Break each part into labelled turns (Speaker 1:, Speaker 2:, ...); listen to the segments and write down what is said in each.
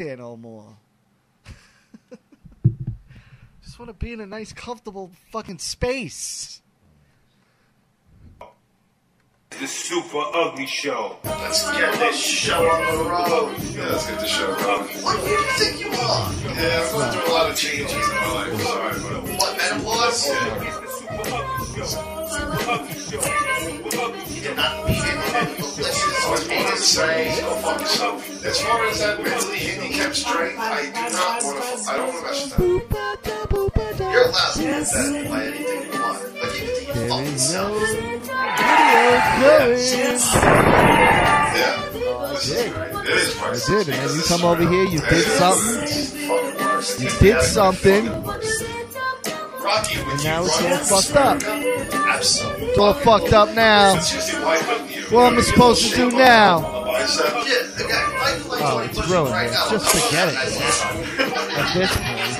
Speaker 1: no more. Just want to be in a nice, comfortable fucking space.
Speaker 2: The Super Ugly Show.
Speaker 3: Let's get this show on the road.
Speaker 4: Yeah, let's get the show going.
Speaker 3: What do you think you are?
Speaker 4: Yeah, I've gone through a lot of changes in my life. Sorry, but
Speaker 3: What, menopause?
Speaker 2: It's the Super Ugly Show. Super Ugly Show. Super Ugly Show.
Speaker 3: You did not mean it. Delicious
Speaker 4: I
Speaker 3: or
Speaker 4: was born
Speaker 3: tainted
Speaker 4: insane.
Speaker 3: spray.
Speaker 4: Go fuck yourself. As far as that mentally handicapped strength, I do not want to. I don't want to mess with that.
Speaker 3: You're allowed to get that by anything you want. But keep it to your fucking self.
Speaker 4: Yeah, this is great. It is priceless.
Speaker 1: did, and then you come over here, you did something.
Speaker 4: something.
Speaker 1: You did something.
Speaker 4: Rocky, when
Speaker 1: And
Speaker 4: you
Speaker 1: now it's
Speaker 4: run,
Speaker 1: all fucked up.
Speaker 4: Absolutely.
Speaker 1: It's all fucked up now.
Speaker 4: It's just, why wouldn't you?
Speaker 1: What am I supposed to do now?
Speaker 4: I said,
Speaker 3: Yeah, the guy fighting like
Speaker 1: Oh,
Speaker 3: 20
Speaker 1: it's
Speaker 3: pushes
Speaker 1: ruined.
Speaker 3: right now.
Speaker 1: Just forget it. At this point,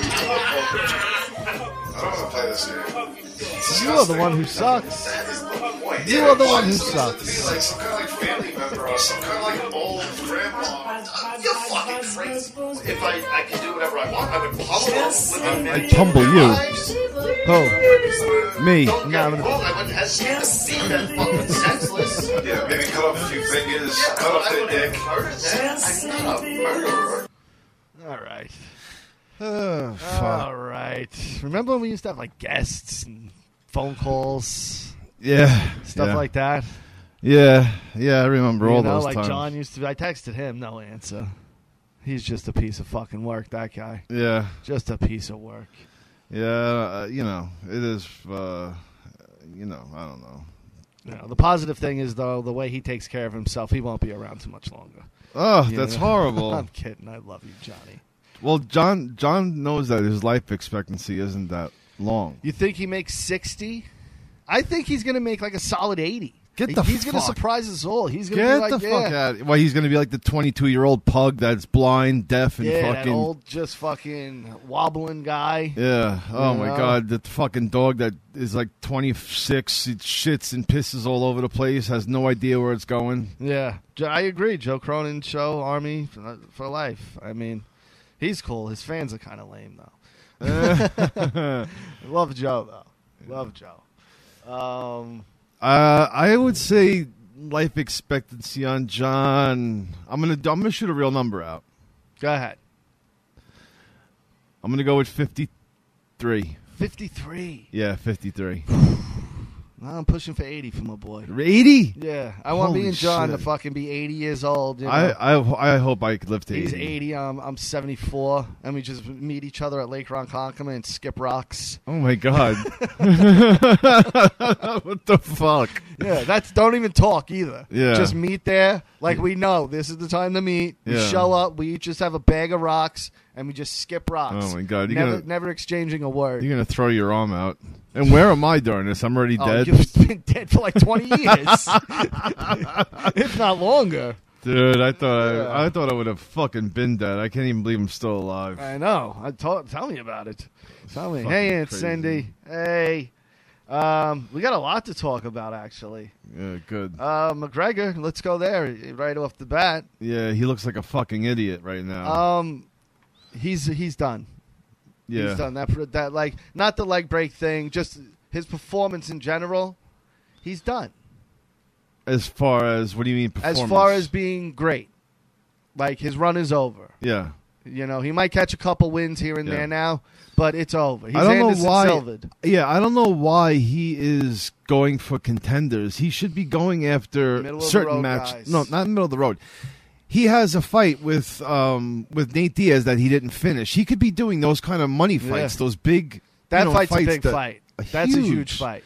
Speaker 4: I don't want to play this game. It's
Speaker 1: you are the
Speaker 4: disgusting.
Speaker 1: one who sucks.
Speaker 4: That is the point.
Speaker 1: You are the one who
Speaker 4: It's supposed to be
Speaker 1: sucks.
Speaker 4: Like some kind of like family member or some kind of like old grandma.
Speaker 3: You're fucking crazy. If I, I could do whatever I want, I would pummel them within
Speaker 1: I'd tumble you.
Speaker 3: minutes.
Speaker 1: Oh, me. Now
Speaker 3: Don't get
Speaker 1: I'm
Speaker 3: me
Speaker 1: gonna-
Speaker 3: wrong, I wouldn't hesitate to see that fucking senseless. Yeah,
Speaker 4: Yeah, maybe cut off a few fingers, cut off
Speaker 3: I
Speaker 4: their
Speaker 3: would have
Speaker 4: dick.
Speaker 3: murdered that. I'm not a murderer.
Speaker 1: All right.
Speaker 5: Oh, fuck.
Speaker 1: All right. Remember when we used to have like guests and phone calls,
Speaker 5: Yeah.
Speaker 1: stuff
Speaker 5: yeah.
Speaker 1: like that?
Speaker 5: Yeah. Yeah, I remember all
Speaker 1: you know,
Speaker 5: those
Speaker 1: like
Speaker 5: times.
Speaker 1: John used to. I texted him, no answer. He's just a piece of fucking work. That guy,
Speaker 5: Yeah.
Speaker 1: just a piece of work.
Speaker 5: Yeah. Uh, you know, it is, uh, you know, I don't know.
Speaker 1: You know, the positive thing is though, the way he takes care of himself, he won't be around too much longer.
Speaker 5: Oh,
Speaker 1: You
Speaker 5: that's
Speaker 1: know? I'm
Speaker 5: horrible.
Speaker 1: kidding. I love you, Johnny.
Speaker 5: well, John John knows that his life expectancy isn't that long.
Speaker 1: You think he makes sixty? I think he's gonna make like a solid eighty.
Speaker 5: Get the
Speaker 1: he's gonna
Speaker 5: fuck-
Speaker 1: surprise us all. He's gonna
Speaker 5: Get
Speaker 1: be like,
Speaker 5: the
Speaker 1: yeah,
Speaker 5: fuck out! Why he's going to be like the 22 year old pug that's blind, deaf, and
Speaker 1: yeah,
Speaker 5: fucking
Speaker 1: that old just fucking wobbling guy.
Speaker 5: yeah. Oh my
Speaker 1: Yeah.
Speaker 5: god, the fucking dog that is like 26, it shits and pisses all over the place, has no idea where it's going.
Speaker 1: Yeah, Jo- I agree. Joe Cronin show Army for- for life. I mean, he's cool. His fans are kind of lame though. I Love Joe though. Love Joe. Um,
Speaker 5: Uh, I would say life expectancy on John. I'm gonna I'm gonna shoot a real number out.
Speaker 1: go ahead.
Speaker 5: I'm gonna go with 53.
Speaker 1: Fifty-three.
Speaker 5: Yeah, 53.
Speaker 1: Now I'm pushing for eighty for my boy.
Speaker 5: 80.
Speaker 1: Yeah, I want me
Speaker 5: Holy
Speaker 1: and John to
Speaker 5: shit.
Speaker 1: fucking be eighty years old. You know?
Speaker 5: I, I I hope I could live to
Speaker 1: He's
Speaker 5: 80.
Speaker 1: 80, um, I'm 74, and we just meet each other at Lake Ronkonkoma and skip rocks.
Speaker 5: Oh my god. what the fuck?
Speaker 1: Yeah, that's don't even talk either.
Speaker 5: Yeah.
Speaker 1: Just meet there. Like we know this is the time to meet. We
Speaker 5: Yeah.
Speaker 1: show up, we each just have a bag of rocks and we just skip rocks.
Speaker 5: Oh my God, you're
Speaker 1: Never
Speaker 5: gonna-
Speaker 1: never exchanging a word.
Speaker 5: You're gonna throw your arm out. And where am I during this? I'm already
Speaker 1: Oh,
Speaker 5: dead,
Speaker 1: you've been dead for like 20 years, if not longer.
Speaker 5: dude. I thought
Speaker 1: Yeah.
Speaker 5: I, I thought I would have fucking been dead. I can't even believe I'm still alive.
Speaker 1: I know. I told, tell me about it. Tell me.
Speaker 5: fucking
Speaker 1: Hey, Aunt
Speaker 5: crazy.
Speaker 1: Cindy. Hey. Um, we got a lot to talk about, actually.
Speaker 5: Yeah, good.
Speaker 1: Uh, McGregor, let's go there right off the bat.
Speaker 5: Yeah, he looks like a fucking idiot right now.
Speaker 1: Um, he's he's done.
Speaker 5: yeah,
Speaker 1: He's done that for that like not the leg break thing, just his performance in general. He's done.
Speaker 5: as far as what do you mean?
Speaker 1: As
Speaker 5: Performance?
Speaker 1: far as being great, like his run is over.
Speaker 5: yeah,
Speaker 1: You know, he might catch a couple wins here and
Speaker 5: Yeah.
Speaker 1: there now, but it's over. He's
Speaker 5: I don't
Speaker 1: Anderson
Speaker 5: know why.
Speaker 1: Silva'd.
Speaker 5: Yeah, I don't know why he is going for contenders. He should be going after
Speaker 1: Middle of the
Speaker 5: certain
Speaker 1: road
Speaker 5: match.
Speaker 1: guys.
Speaker 5: No, not middle of the road. He has a fight with um with Nate Diaz that he didn't finish. He could be doing those kind of money fights,
Speaker 1: Yeah.
Speaker 5: those big.
Speaker 1: That
Speaker 5: you know,
Speaker 1: fight's a
Speaker 5: fights
Speaker 1: big
Speaker 5: that-
Speaker 1: fight. That's a huge fight.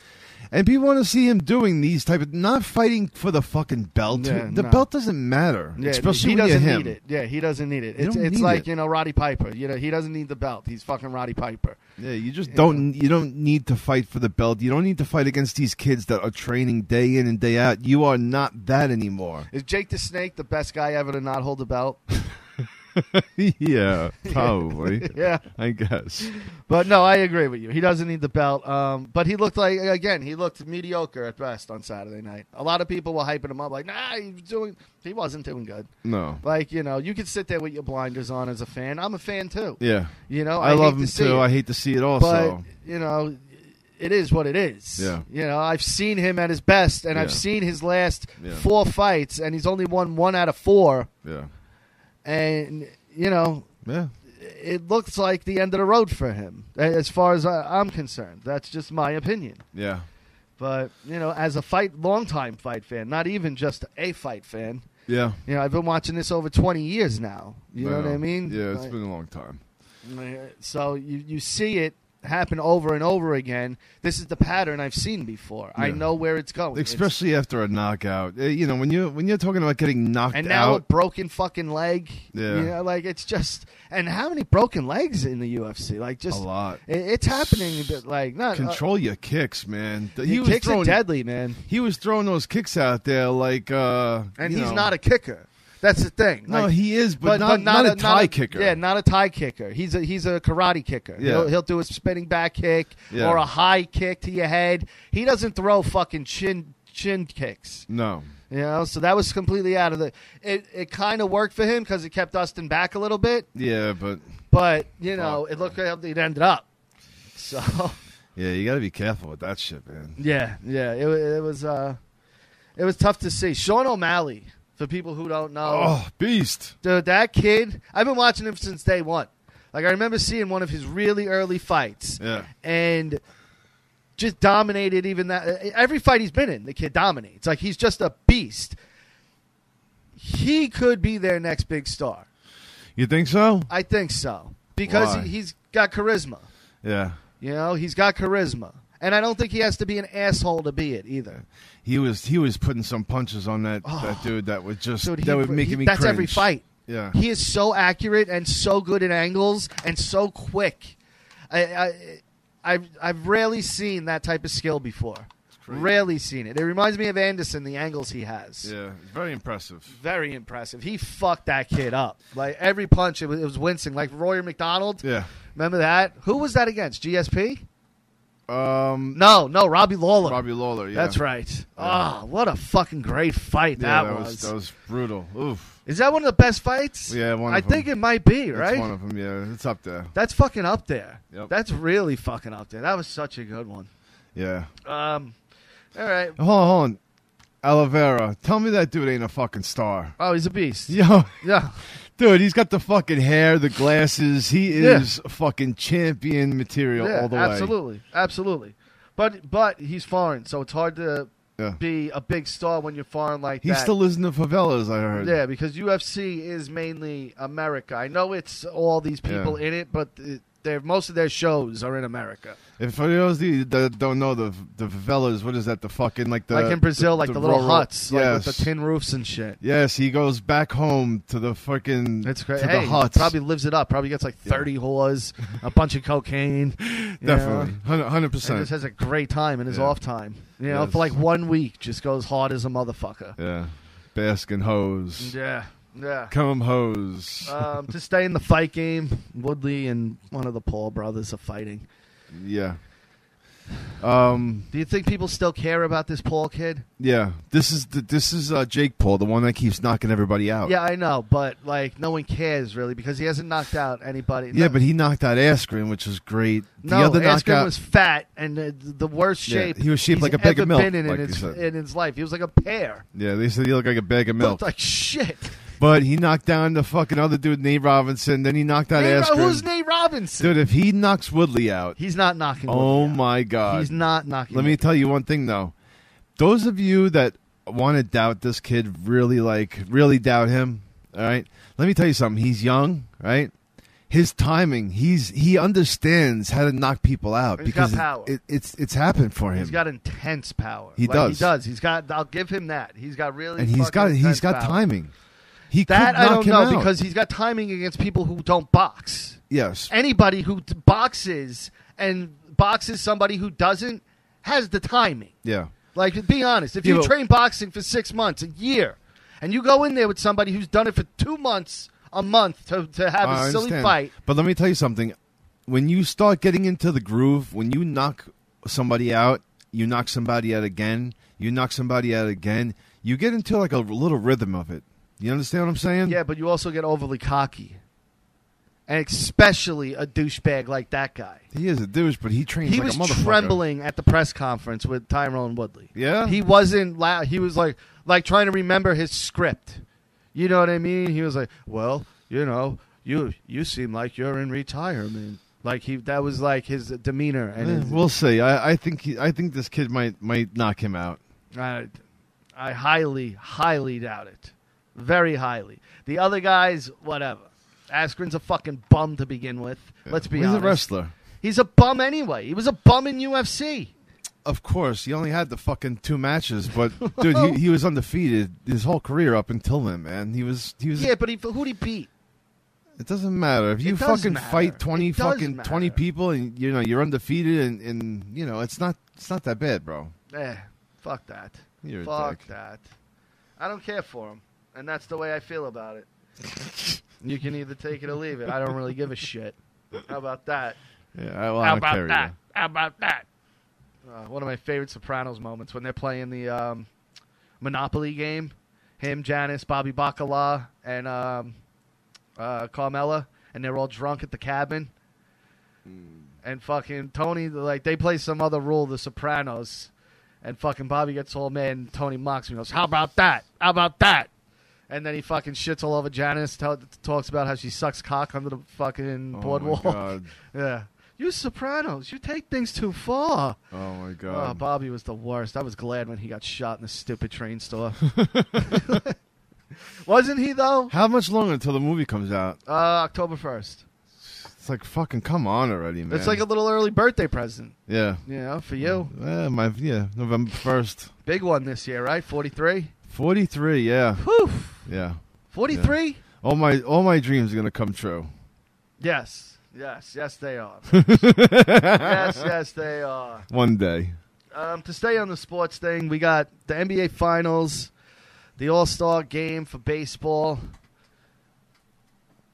Speaker 5: and people want to see him doing these type of not fighting for the fucking belt.
Speaker 1: Yeah,
Speaker 5: the
Speaker 1: no.
Speaker 5: belt doesn't matter,
Speaker 1: Yeah,
Speaker 5: especially
Speaker 1: he
Speaker 5: when you're
Speaker 1: doesn't
Speaker 5: him.
Speaker 1: need it. Yeah, he doesn't need it.
Speaker 5: You
Speaker 1: It's
Speaker 5: don't
Speaker 1: it's
Speaker 5: need
Speaker 1: like
Speaker 5: it.
Speaker 1: you know Roddy Piper. You know he doesn't need the belt. He's fucking Roddy Piper.
Speaker 5: Yeah, you just don't you don't need to fight for the belt. You don't need to fight against these kids that are training day in and day out. You are not that anymore.
Speaker 1: Is Jake the Snake the best guy ever to not hold the belt?
Speaker 5: yeah, probably.
Speaker 1: Yeah.
Speaker 5: I guess.
Speaker 1: But no, I agree with you. He doesn't need the belt. Um, but he looked like again, he looked mediocre at best on Saturday night. A lot of people were hyping him up, like, nah, he's doing. He wasn't doing good.
Speaker 5: No.
Speaker 1: Like you know, you could sit there with your blinders on as a fan. I'm a fan too.
Speaker 5: Yeah.
Speaker 1: You know,
Speaker 5: I,
Speaker 1: hate
Speaker 5: love
Speaker 1: to
Speaker 5: him
Speaker 1: see
Speaker 5: too.
Speaker 1: it,
Speaker 5: I hate to see it
Speaker 1: but
Speaker 5: also.
Speaker 1: you know, it is what it is.
Speaker 5: Yeah.
Speaker 1: You know, I've seen him at his best, and I've
Speaker 5: Yeah.
Speaker 1: seen his last
Speaker 5: Yeah.
Speaker 1: four fights, and he's only won one out of four.
Speaker 5: yeah.
Speaker 1: And you know,
Speaker 5: Yeah.
Speaker 1: it looks like the end of the road for him, a- as far as I, I'm concerned. That's just my opinion.
Speaker 5: Yeah.
Speaker 1: But you know, as a fight, longtime fight fan, not even just a fight fan.
Speaker 5: Yeah.
Speaker 1: You know, I've been watching this over 20 years now. You know what I mean?
Speaker 5: Yeah, it's
Speaker 1: Like,
Speaker 5: been a long time.
Speaker 1: so you you see it happen over and over again. This is the pattern I've seen before. I
Speaker 5: Yeah.
Speaker 1: know where it's going. It's-
Speaker 5: Especially after a knockout. Eh, You know, when you when you're talking about getting knocked
Speaker 1: and now a
Speaker 5: out.
Speaker 1: broken fucking leg.
Speaker 5: Yeah.
Speaker 1: You know, like it's just and how many broken legs in the UFC? Like just
Speaker 5: A lot.
Speaker 1: It, it's happening. But like not
Speaker 5: Control your kicks, man.
Speaker 1: Uh,
Speaker 5: Th-
Speaker 1: he
Speaker 5: was
Speaker 1: kicks
Speaker 5: throwing,
Speaker 1: are deadly, man,
Speaker 5: He was throwing those kicks out there like uh
Speaker 1: and
Speaker 5: you
Speaker 1: he's
Speaker 5: know.
Speaker 1: not a kicker. That's the thing.
Speaker 5: No,
Speaker 1: Like,
Speaker 5: he is, but, not, not, a tie kicker.
Speaker 1: Yeah, not a tie kicker. He's a he's a karate kicker.
Speaker 5: Yeah.
Speaker 1: He'll, he'll do a spinning back kick
Speaker 5: Yeah.
Speaker 1: or a high kick to your head. He doesn't throw fucking chin chin kicks.
Speaker 5: No.
Speaker 1: You know, so that was completely out of the. It it kind of worked for him because it kept Dustin back a little bit,
Speaker 5: Yeah, but
Speaker 1: but you know, it looked like it ended up. So
Speaker 5: yeah, you got to be careful with that shit, man.
Speaker 1: yeah, yeah, it wa- it was uh, it was tough to see. Sean O'Malley, for people who don't know,
Speaker 5: Oh, beast.
Speaker 1: Dude, that kid, I've been watching him since day one. Like, I remember seeing one of his really early fights.
Speaker 5: Yeah.
Speaker 1: And just dominated even that. Every fight he's been in, the kid dominates. Like, he's just a beast. He could be their next big star.
Speaker 5: You think so?
Speaker 1: I think so. Because
Speaker 5: Why?
Speaker 1: he, he's got charisma.
Speaker 5: Yeah.
Speaker 1: You know, he's got charisma. And I don't think he has to be an asshole to be it either.
Speaker 5: He was he was putting some punches on that, that dude that was just
Speaker 1: Oh. Dude,
Speaker 5: that
Speaker 1: he-
Speaker 5: would make
Speaker 1: he-
Speaker 5: me
Speaker 1: That's every
Speaker 5: cringe.
Speaker 1: fight.
Speaker 5: Yeah.
Speaker 1: He is so accurate and so good at angles and so quick. I, I, I've, I've rarely seen that type of skill before.
Speaker 5: crazy.
Speaker 1: Rarely seen it. It reminds me of Anderson, the angles he has.
Speaker 5: yeah, very impressive.
Speaker 1: Very impressive. He fucked that kid up. Like every punch, it was, it was wincing. Like Royer McDonald.
Speaker 5: Yeah.
Speaker 1: Remember that? Who was that against? GSP?
Speaker 5: Um
Speaker 1: No, no, Robbie Lawler.
Speaker 5: Robbie Lawler, yeah.
Speaker 1: That's right. Ah, what a fucking great fight
Speaker 5: Yeah,
Speaker 1: that, was.
Speaker 5: that was brutal. Oof.
Speaker 1: Is that one of the best fights?
Speaker 5: Yeah, one
Speaker 1: I
Speaker 5: of 'em.
Speaker 1: think it might be,
Speaker 5: That's
Speaker 1: right?
Speaker 5: one of them, yeah. It's up there.
Speaker 1: That's fucking up there.
Speaker 5: Yep.
Speaker 1: That's really fucking up there. That was such a good one.
Speaker 5: Yeah.
Speaker 1: Um, all right.
Speaker 5: Hold on, hold on. Oliveira, tell me that dude ain't a fucking star.
Speaker 1: Oh, he's a beast. Yeah.
Speaker 5: Yo, dude, he's got the fucking hair, the glasses. He
Speaker 1: Yeah.
Speaker 5: is fucking champion material
Speaker 1: Yeah,
Speaker 5: all the way.
Speaker 1: absolutely. Absolutely. But but he's foreign, so it's hard to
Speaker 5: Yeah.
Speaker 1: be a big star when you're foreign like
Speaker 5: He
Speaker 1: that.
Speaker 5: still lives in the favelas, I heard.
Speaker 1: yeah, because UFC is mainly America. I know it's all these people
Speaker 5: Yeah.
Speaker 1: in it, but it, they're, most of their shows are in America.
Speaker 5: If for those of you that don't know the the favelas, what is that? The fucking like the
Speaker 1: like in Brazil, like the, little
Speaker 5: rural-
Speaker 1: huts, like
Speaker 5: Yes.
Speaker 1: with the tin roofs and shit.
Speaker 5: yes, he goes back home to the fucking
Speaker 1: That's great.
Speaker 5: to
Speaker 1: Hey,
Speaker 5: the huts.
Speaker 1: probably lives it up. Probably gets like thirty whores, a bunch of cocaine. you know,
Speaker 5: definitely hundred
Speaker 1: and just
Speaker 5: percent.
Speaker 1: has a great time in his
Speaker 5: Yeah.
Speaker 1: off time. You know,
Speaker 5: Yes.
Speaker 1: for like one week, just goes hard as a motherfucker.
Speaker 5: Yeah, Baskin hose,
Speaker 1: Yeah, yeah.
Speaker 5: come hose.
Speaker 1: um, to stay in the fight game, Woodley and one of the Paul brothers are fighting.
Speaker 5: yeah. Um.
Speaker 1: Do you think people still care about this Paul kid?
Speaker 5: Yeah. This is the this is uh, Jake Paul, the one that keeps knocking everybody out.
Speaker 1: Yeah, I know, but like no one cares really because he hasn't knocked out anybody.
Speaker 5: Yeah,
Speaker 1: No-
Speaker 5: but he knocked out Askren, which was great. The
Speaker 1: No,
Speaker 5: other
Speaker 1: Askren
Speaker 5: knockout
Speaker 1: was fat and uh, the worst
Speaker 5: Yeah,
Speaker 1: shape.
Speaker 5: he was shaped
Speaker 1: he's
Speaker 5: like a bag
Speaker 1: ever
Speaker 5: of milk,
Speaker 1: Been in,
Speaker 5: like you
Speaker 1: in, his,
Speaker 5: said.
Speaker 1: in his life, he was like a pear.
Speaker 5: Yeah, they said he looked like a bag of milk.
Speaker 1: Looked like shit.
Speaker 5: but he knocked down the fucking other dude, Nate Robinson. Then he knocked out
Speaker 1: Nate-
Speaker 5: Askren.
Speaker 1: who's Nate Robinson?
Speaker 5: Dude, if he knocks Woodley out,
Speaker 1: He's not knocking.
Speaker 5: oh
Speaker 1: Woodley out.
Speaker 5: my god.
Speaker 1: He's not knocking.
Speaker 5: Let me
Speaker 1: Woodley
Speaker 5: tell you one thing though. Those of you that want to doubt this kid really like really doubt him, all right? Let me tell you something. He's young, right? His timing, he's he understands how to knock people out
Speaker 1: He's got
Speaker 5: because it-
Speaker 1: power.
Speaker 5: It, it's it's happened for him.
Speaker 1: He's got intense power.
Speaker 5: He
Speaker 1: Like,
Speaker 5: does.
Speaker 1: He does. He's got. I'll give him that. He's got really.
Speaker 5: and he's
Speaker 1: fucking
Speaker 5: got he's
Speaker 1: intense
Speaker 5: got
Speaker 1: power.
Speaker 5: timing. He
Speaker 1: That
Speaker 5: could
Speaker 1: I
Speaker 5: knock
Speaker 1: don't
Speaker 5: him
Speaker 1: know
Speaker 5: out.
Speaker 1: because he's got timing against people who don't box.
Speaker 5: yes,
Speaker 1: Anybody who t- boxes and boxes somebody who doesn't has the timing.
Speaker 5: yeah,
Speaker 1: Like, be honest. If
Speaker 5: Yeah,
Speaker 1: you
Speaker 5: but-
Speaker 1: train boxing for six months, a year, and you go in there with somebody who's done it for two months a month to, to have
Speaker 5: I
Speaker 1: a silly
Speaker 5: understand.
Speaker 1: fight.
Speaker 5: But let me tell you something. When you start getting into the groove, when you knock somebody out, you knock somebody out again, you knock somebody out again, you get into like a little rhythm of it. You understand what I'm saying?
Speaker 1: Yeah, but you also get overly cocky, and especially a douchebag like that guy.
Speaker 5: He is a douche, but he trains
Speaker 1: he
Speaker 5: like
Speaker 1: was
Speaker 5: a motherfucker.
Speaker 1: trembling at the press conference with Tyrone Woodley.
Speaker 5: Yeah?
Speaker 1: he wasn't loud. He was like like trying to remember his script. You know what I mean? He was like, "Well, you know, you you seem like you're in retirement." Like he that was like his demeanor and
Speaker 5: Eh,
Speaker 1: his,
Speaker 5: We'll see. I, I think he, I think this kid might might knock him out.
Speaker 1: I, I highly, highly doubt it. Very highly. The other guys, whatever. Askren's a fucking bum to begin with. Let's be
Speaker 5: He's
Speaker 1: honest.
Speaker 5: a wrestler.
Speaker 1: He's a bum anyway. He was a bum in UFC.
Speaker 5: Of course, he only had the fucking two matches, but dude, he, he was undefeated his whole career up until then, man. He was he was
Speaker 1: Yeah, but he, who'd he beat?
Speaker 5: It doesn't matter if you
Speaker 1: does
Speaker 5: fucking
Speaker 1: matter.
Speaker 5: fight twenty
Speaker 1: It does
Speaker 5: fucking twenty
Speaker 1: matter.
Speaker 5: people and you know you're undefeated and, and you know it's not it's not that bad, bro.
Speaker 1: Eh, fuck that.
Speaker 5: You're a
Speaker 1: fuck
Speaker 5: dick.
Speaker 1: that. I don't care for him. And that's the way I feel about it. you can either take it or leave it. I don't really give a shit. How about that?
Speaker 5: Yeah, I, well, I
Speaker 1: How
Speaker 5: don't
Speaker 1: about
Speaker 5: care
Speaker 1: that?
Speaker 5: either.
Speaker 1: How about that? Uh, one of my favorite Sopranos moments when they're playing the um, Monopoly game. Him, Janice, Bobby Bacala, and um, uh, Carmela, and they're all drunk at the cabin.
Speaker 5: Hmm.
Speaker 1: And fucking Tony, like they play some other rule, The Sopranos, and fucking Bobby gets all mad, and Tony mocks me. and Goes, "How about that? How about that?" And then he fucking shits all over Janice. Tell, talks about how she sucks cock under the fucking
Speaker 5: Oh my
Speaker 1: boardwalk.
Speaker 5: God.
Speaker 1: Yeah. You Sopranos, you take things too far.
Speaker 5: Oh my
Speaker 1: Oh,
Speaker 5: god!
Speaker 1: Bobby was the worst. I was glad when he got shot in the stupid train store. Wasn't he though?
Speaker 5: How much longer until the movie comes out?
Speaker 1: Uh, October first.
Speaker 5: It's like fucking come on already, man.
Speaker 1: It's like a little early birthday present,
Speaker 5: yeah,
Speaker 1: you know, for you.
Speaker 5: Eh, my yeah November first,
Speaker 1: Big one this year, right? Forty three.
Speaker 5: forty three. Yeah,
Speaker 1: Whew.
Speaker 5: yeah.
Speaker 1: Forty three?
Speaker 5: All my all my dreams are gonna come true.
Speaker 1: Yes. Yes, yes they are. yes, yes they are.
Speaker 5: One day.
Speaker 1: Um, to stay on the sports thing, we got the NBA Finals, the All Star Game for baseball,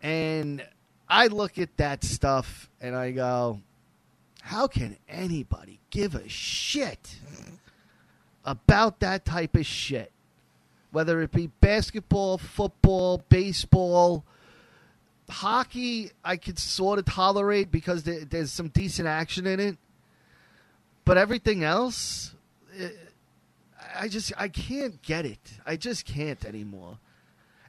Speaker 1: and I look at that stuff and I go, "How can anybody give a shit about that type of shit? Whether it be basketball, football, baseball." Hockey, I could sort of tolerate because there, there's some decent action in it but everything else eh, i I just i can't get it i just can't anymore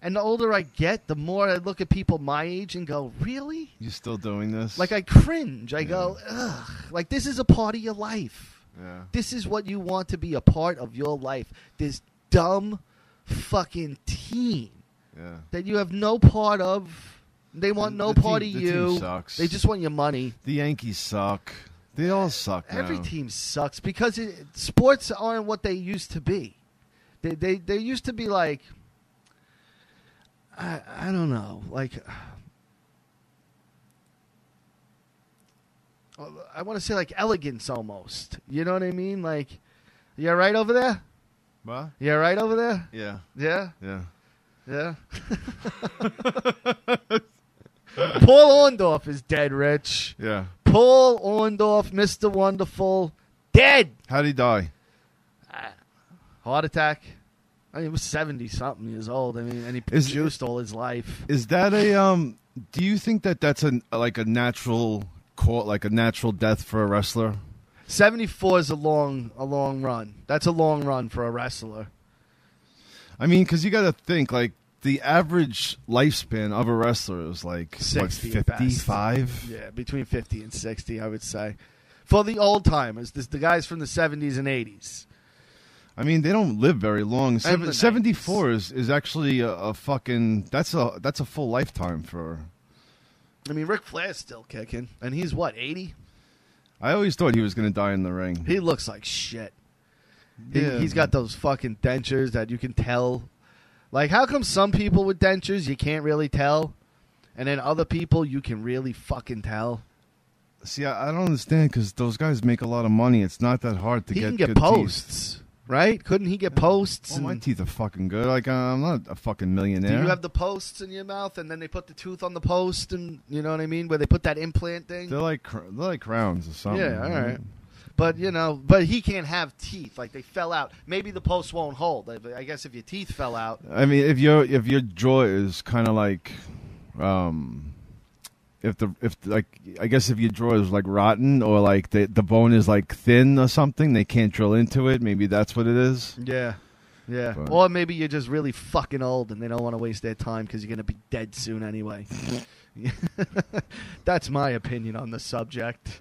Speaker 1: and the older i get the more i look at people my age and go really
Speaker 5: You still doing this?
Speaker 1: like i cringe i go ugh like this is a part of your life
Speaker 5: Yeah.
Speaker 1: this is what you want to be a part of your life this dumb fucking team
Speaker 5: Yeah.
Speaker 1: that you have no part of they want
Speaker 5: The-
Speaker 1: no
Speaker 5: the
Speaker 1: part
Speaker 5: team-
Speaker 1: of
Speaker 5: the team
Speaker 1: you
Speaker 5: sucks.
Speaker 1: they just want your money
Speaker 5: The Yankees suck. They all suck.
Speaker 1: Every
Speaker 5: now.
Speaker 1: team sucks because it, sports aren't what they used to be. They they, they used to be like I I don't know like I want to say like elegance almost. You know what I mean? Like you all right over there?
Speaker 5: What?
Speaker 1: You all right over there?
Speaker 5: Yeah.
Speaker 1: Yeah,
Speaker 5: Yeah.
Speaker 1: yeah. Paul Orndorff is dead, Rich.
Speaker 5: Yeah.
Speaker 1: Paul Orndorff, Mr. Wonderful, dead.
Speaker 5: How'd he die?
Speaker 1: heart attack. I mean, he was seventy something years old. I mean, and he
Speaker 5: Is-
Speaker 1: juiced all his life.
Speaker 5: Is that a um? Do you think that that's a like a natural court, like a natural death for a wrestler?
Speaker 1: Seventy four is a long, a long run. That's a long run for a wrestler.
Speaker 5: I mean, because you got to think like the average lifespan of a wrestler is like what
Speaker 1: 60 at best.
Speaker 5: fifty-five.
Speaker 1: Yeah, between fifty and sixty, I would say. For the old timers, this, the guys from the seventies and eighties.
Speaker 5: I mean, they don't live very long.
Speaker 1: the
Speaker 5: Seven,
Speaker 1: 90s.
Speaker 5: Seventy-four is is actually a, a fucking that's a that's a full lifetime for.
Speaker 1: I mean, Ric Flair's still kicking, and he's what eighty.
Speaker 5: I always thought he was going to die in the ring.
Speaker 1: He looks like shit. He,
Speaker 5: Yeah.
Speaker 1: He's got those fucking dentures that you can tell. Like, how come some people with dentures you can't really tell, and then other people you can really fucking tell?
Speaker 5: See, I, I don't understand because those guys make a lot of money. It's not that hard to
Speaker 1: he
Speaker 5: get
Speaker 1: can get
Speaker 5: good teeth.
Speaker 1: posts. right? Couldn't he get posts?
Speaker 5: Well, my
Speaker 1: and-
Speaker 5: teeth are fucking good. Like uh, I'm not a fucking millionaire.
Speaker 1: Do you have the posts in your mouth, and then they put the tooth on the post, and you know what I mean, where they put that implant thing?
Speaker 5: They're like cr- they're like crowns or something.
Speaker 1: yeah, all
Speaker 5: you know?
Speaker 1: right. But you know, but he can't have teeth. Like they fell out. Maybe the post won't hold. I- I guess if your teeth fell out,
Speaker 5: I mean, if your if your jaw is kind of like, um, if the if like I guess if your jaw is like rotten or like the the bone is like thin or something, they can't drill into it. Maybe that's what it is.
Speaker 1: yeah, yeah.
Speaker 5: But-
Speaker 1: Or maybe you're just really fucking old, and they don't want to waste their time because you're gonna be dead soon anyway. That's my opinion on the subject.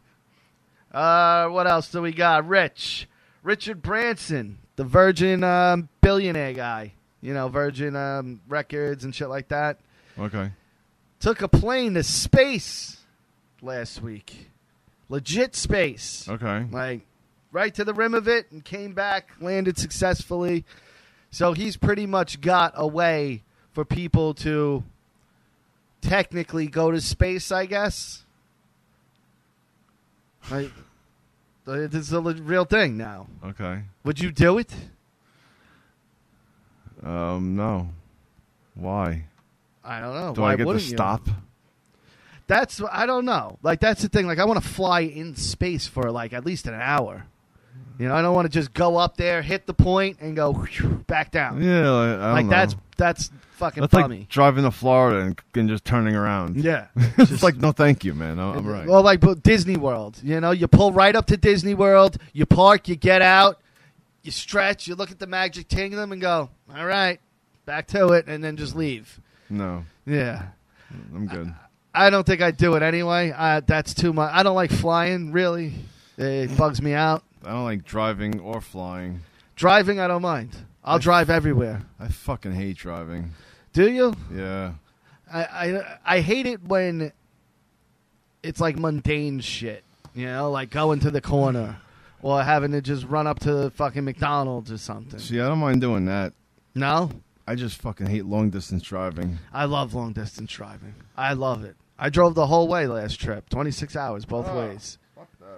Speaker 1: Uh, what else do we got? Rich, Richard Branson, the Virgin um, billionaire guy. You know, Virgin um, Records and shit like that.
Speaker 5: Okay.
Speaker 1: Took a plane to space last week. Legit space.
Speaker 5: Okay.
Speaker 1: Like, right to the rim of it and came back, landed successfully. So he's pretty much got a way for people to technically go to space, I guess. Like, this is a le- real thing now.
Speaker 5: Okay.
Speaker 1: Would you do it?
Speaker 5: Um. No. Why?
Speaker 1: I don't know.
Speaker 5: Do
Speaker 1: Why
Speaker 5: I get to
Speaker 1: wouldn't you?
Speaker 5: stop?
Speaker 1: That's I don't know. Like that's the thing. Like I want to fly in space for like at least an hour. You know, I don't want to just go up there, hit the point, and go whew, back down.
Speaker 5: Yeah. I, I don't
Speaker 1: like
Speaker 5: know.
Speaker 1: that's that's fucking
Speaker 5: that's
Speaker 1: dummy.
Speaker 5: like driving to Florida and, and just turning around.
Speaker 1: yeah.
Speaker 5: it's like no, thank you, man. I'm, I'm right.
Speaker 1: Well, like but Disney World. You know, you pull right up to Disney World. You park. You get out. You stretch. You look at the Magic Kingdom and go, all right, back to it, and then just leave.
Speaker 5: no,
Speaker 1: Yeah.
Speaker 5: I'm good.
Speaker 1: I don't think I'd do it anyway. Uh, that's too much. I don't like flying, really. It bugs me out.
Speaker 5: I don't like driving or flying.
Speaker 1: Driving, I don't mind. I'll drive everywhere.
Speaker 5: I fucking hate driving.
Speaker 1: Do you?
Speaker 5: Yeah.
Speaker 1: I, I, I hate it when it's like mundane shit, you know, like going to the corner or having to just run up to fucking McDonald's or something.
Speaker 5: See, I don't mind doing that.
Speaker 1: No?
Speaker 5: I just fucking hate long distance driving.
Speaker 1: I love long distance driving. I love it. I drove the whole way last trip, 26 hours both ways.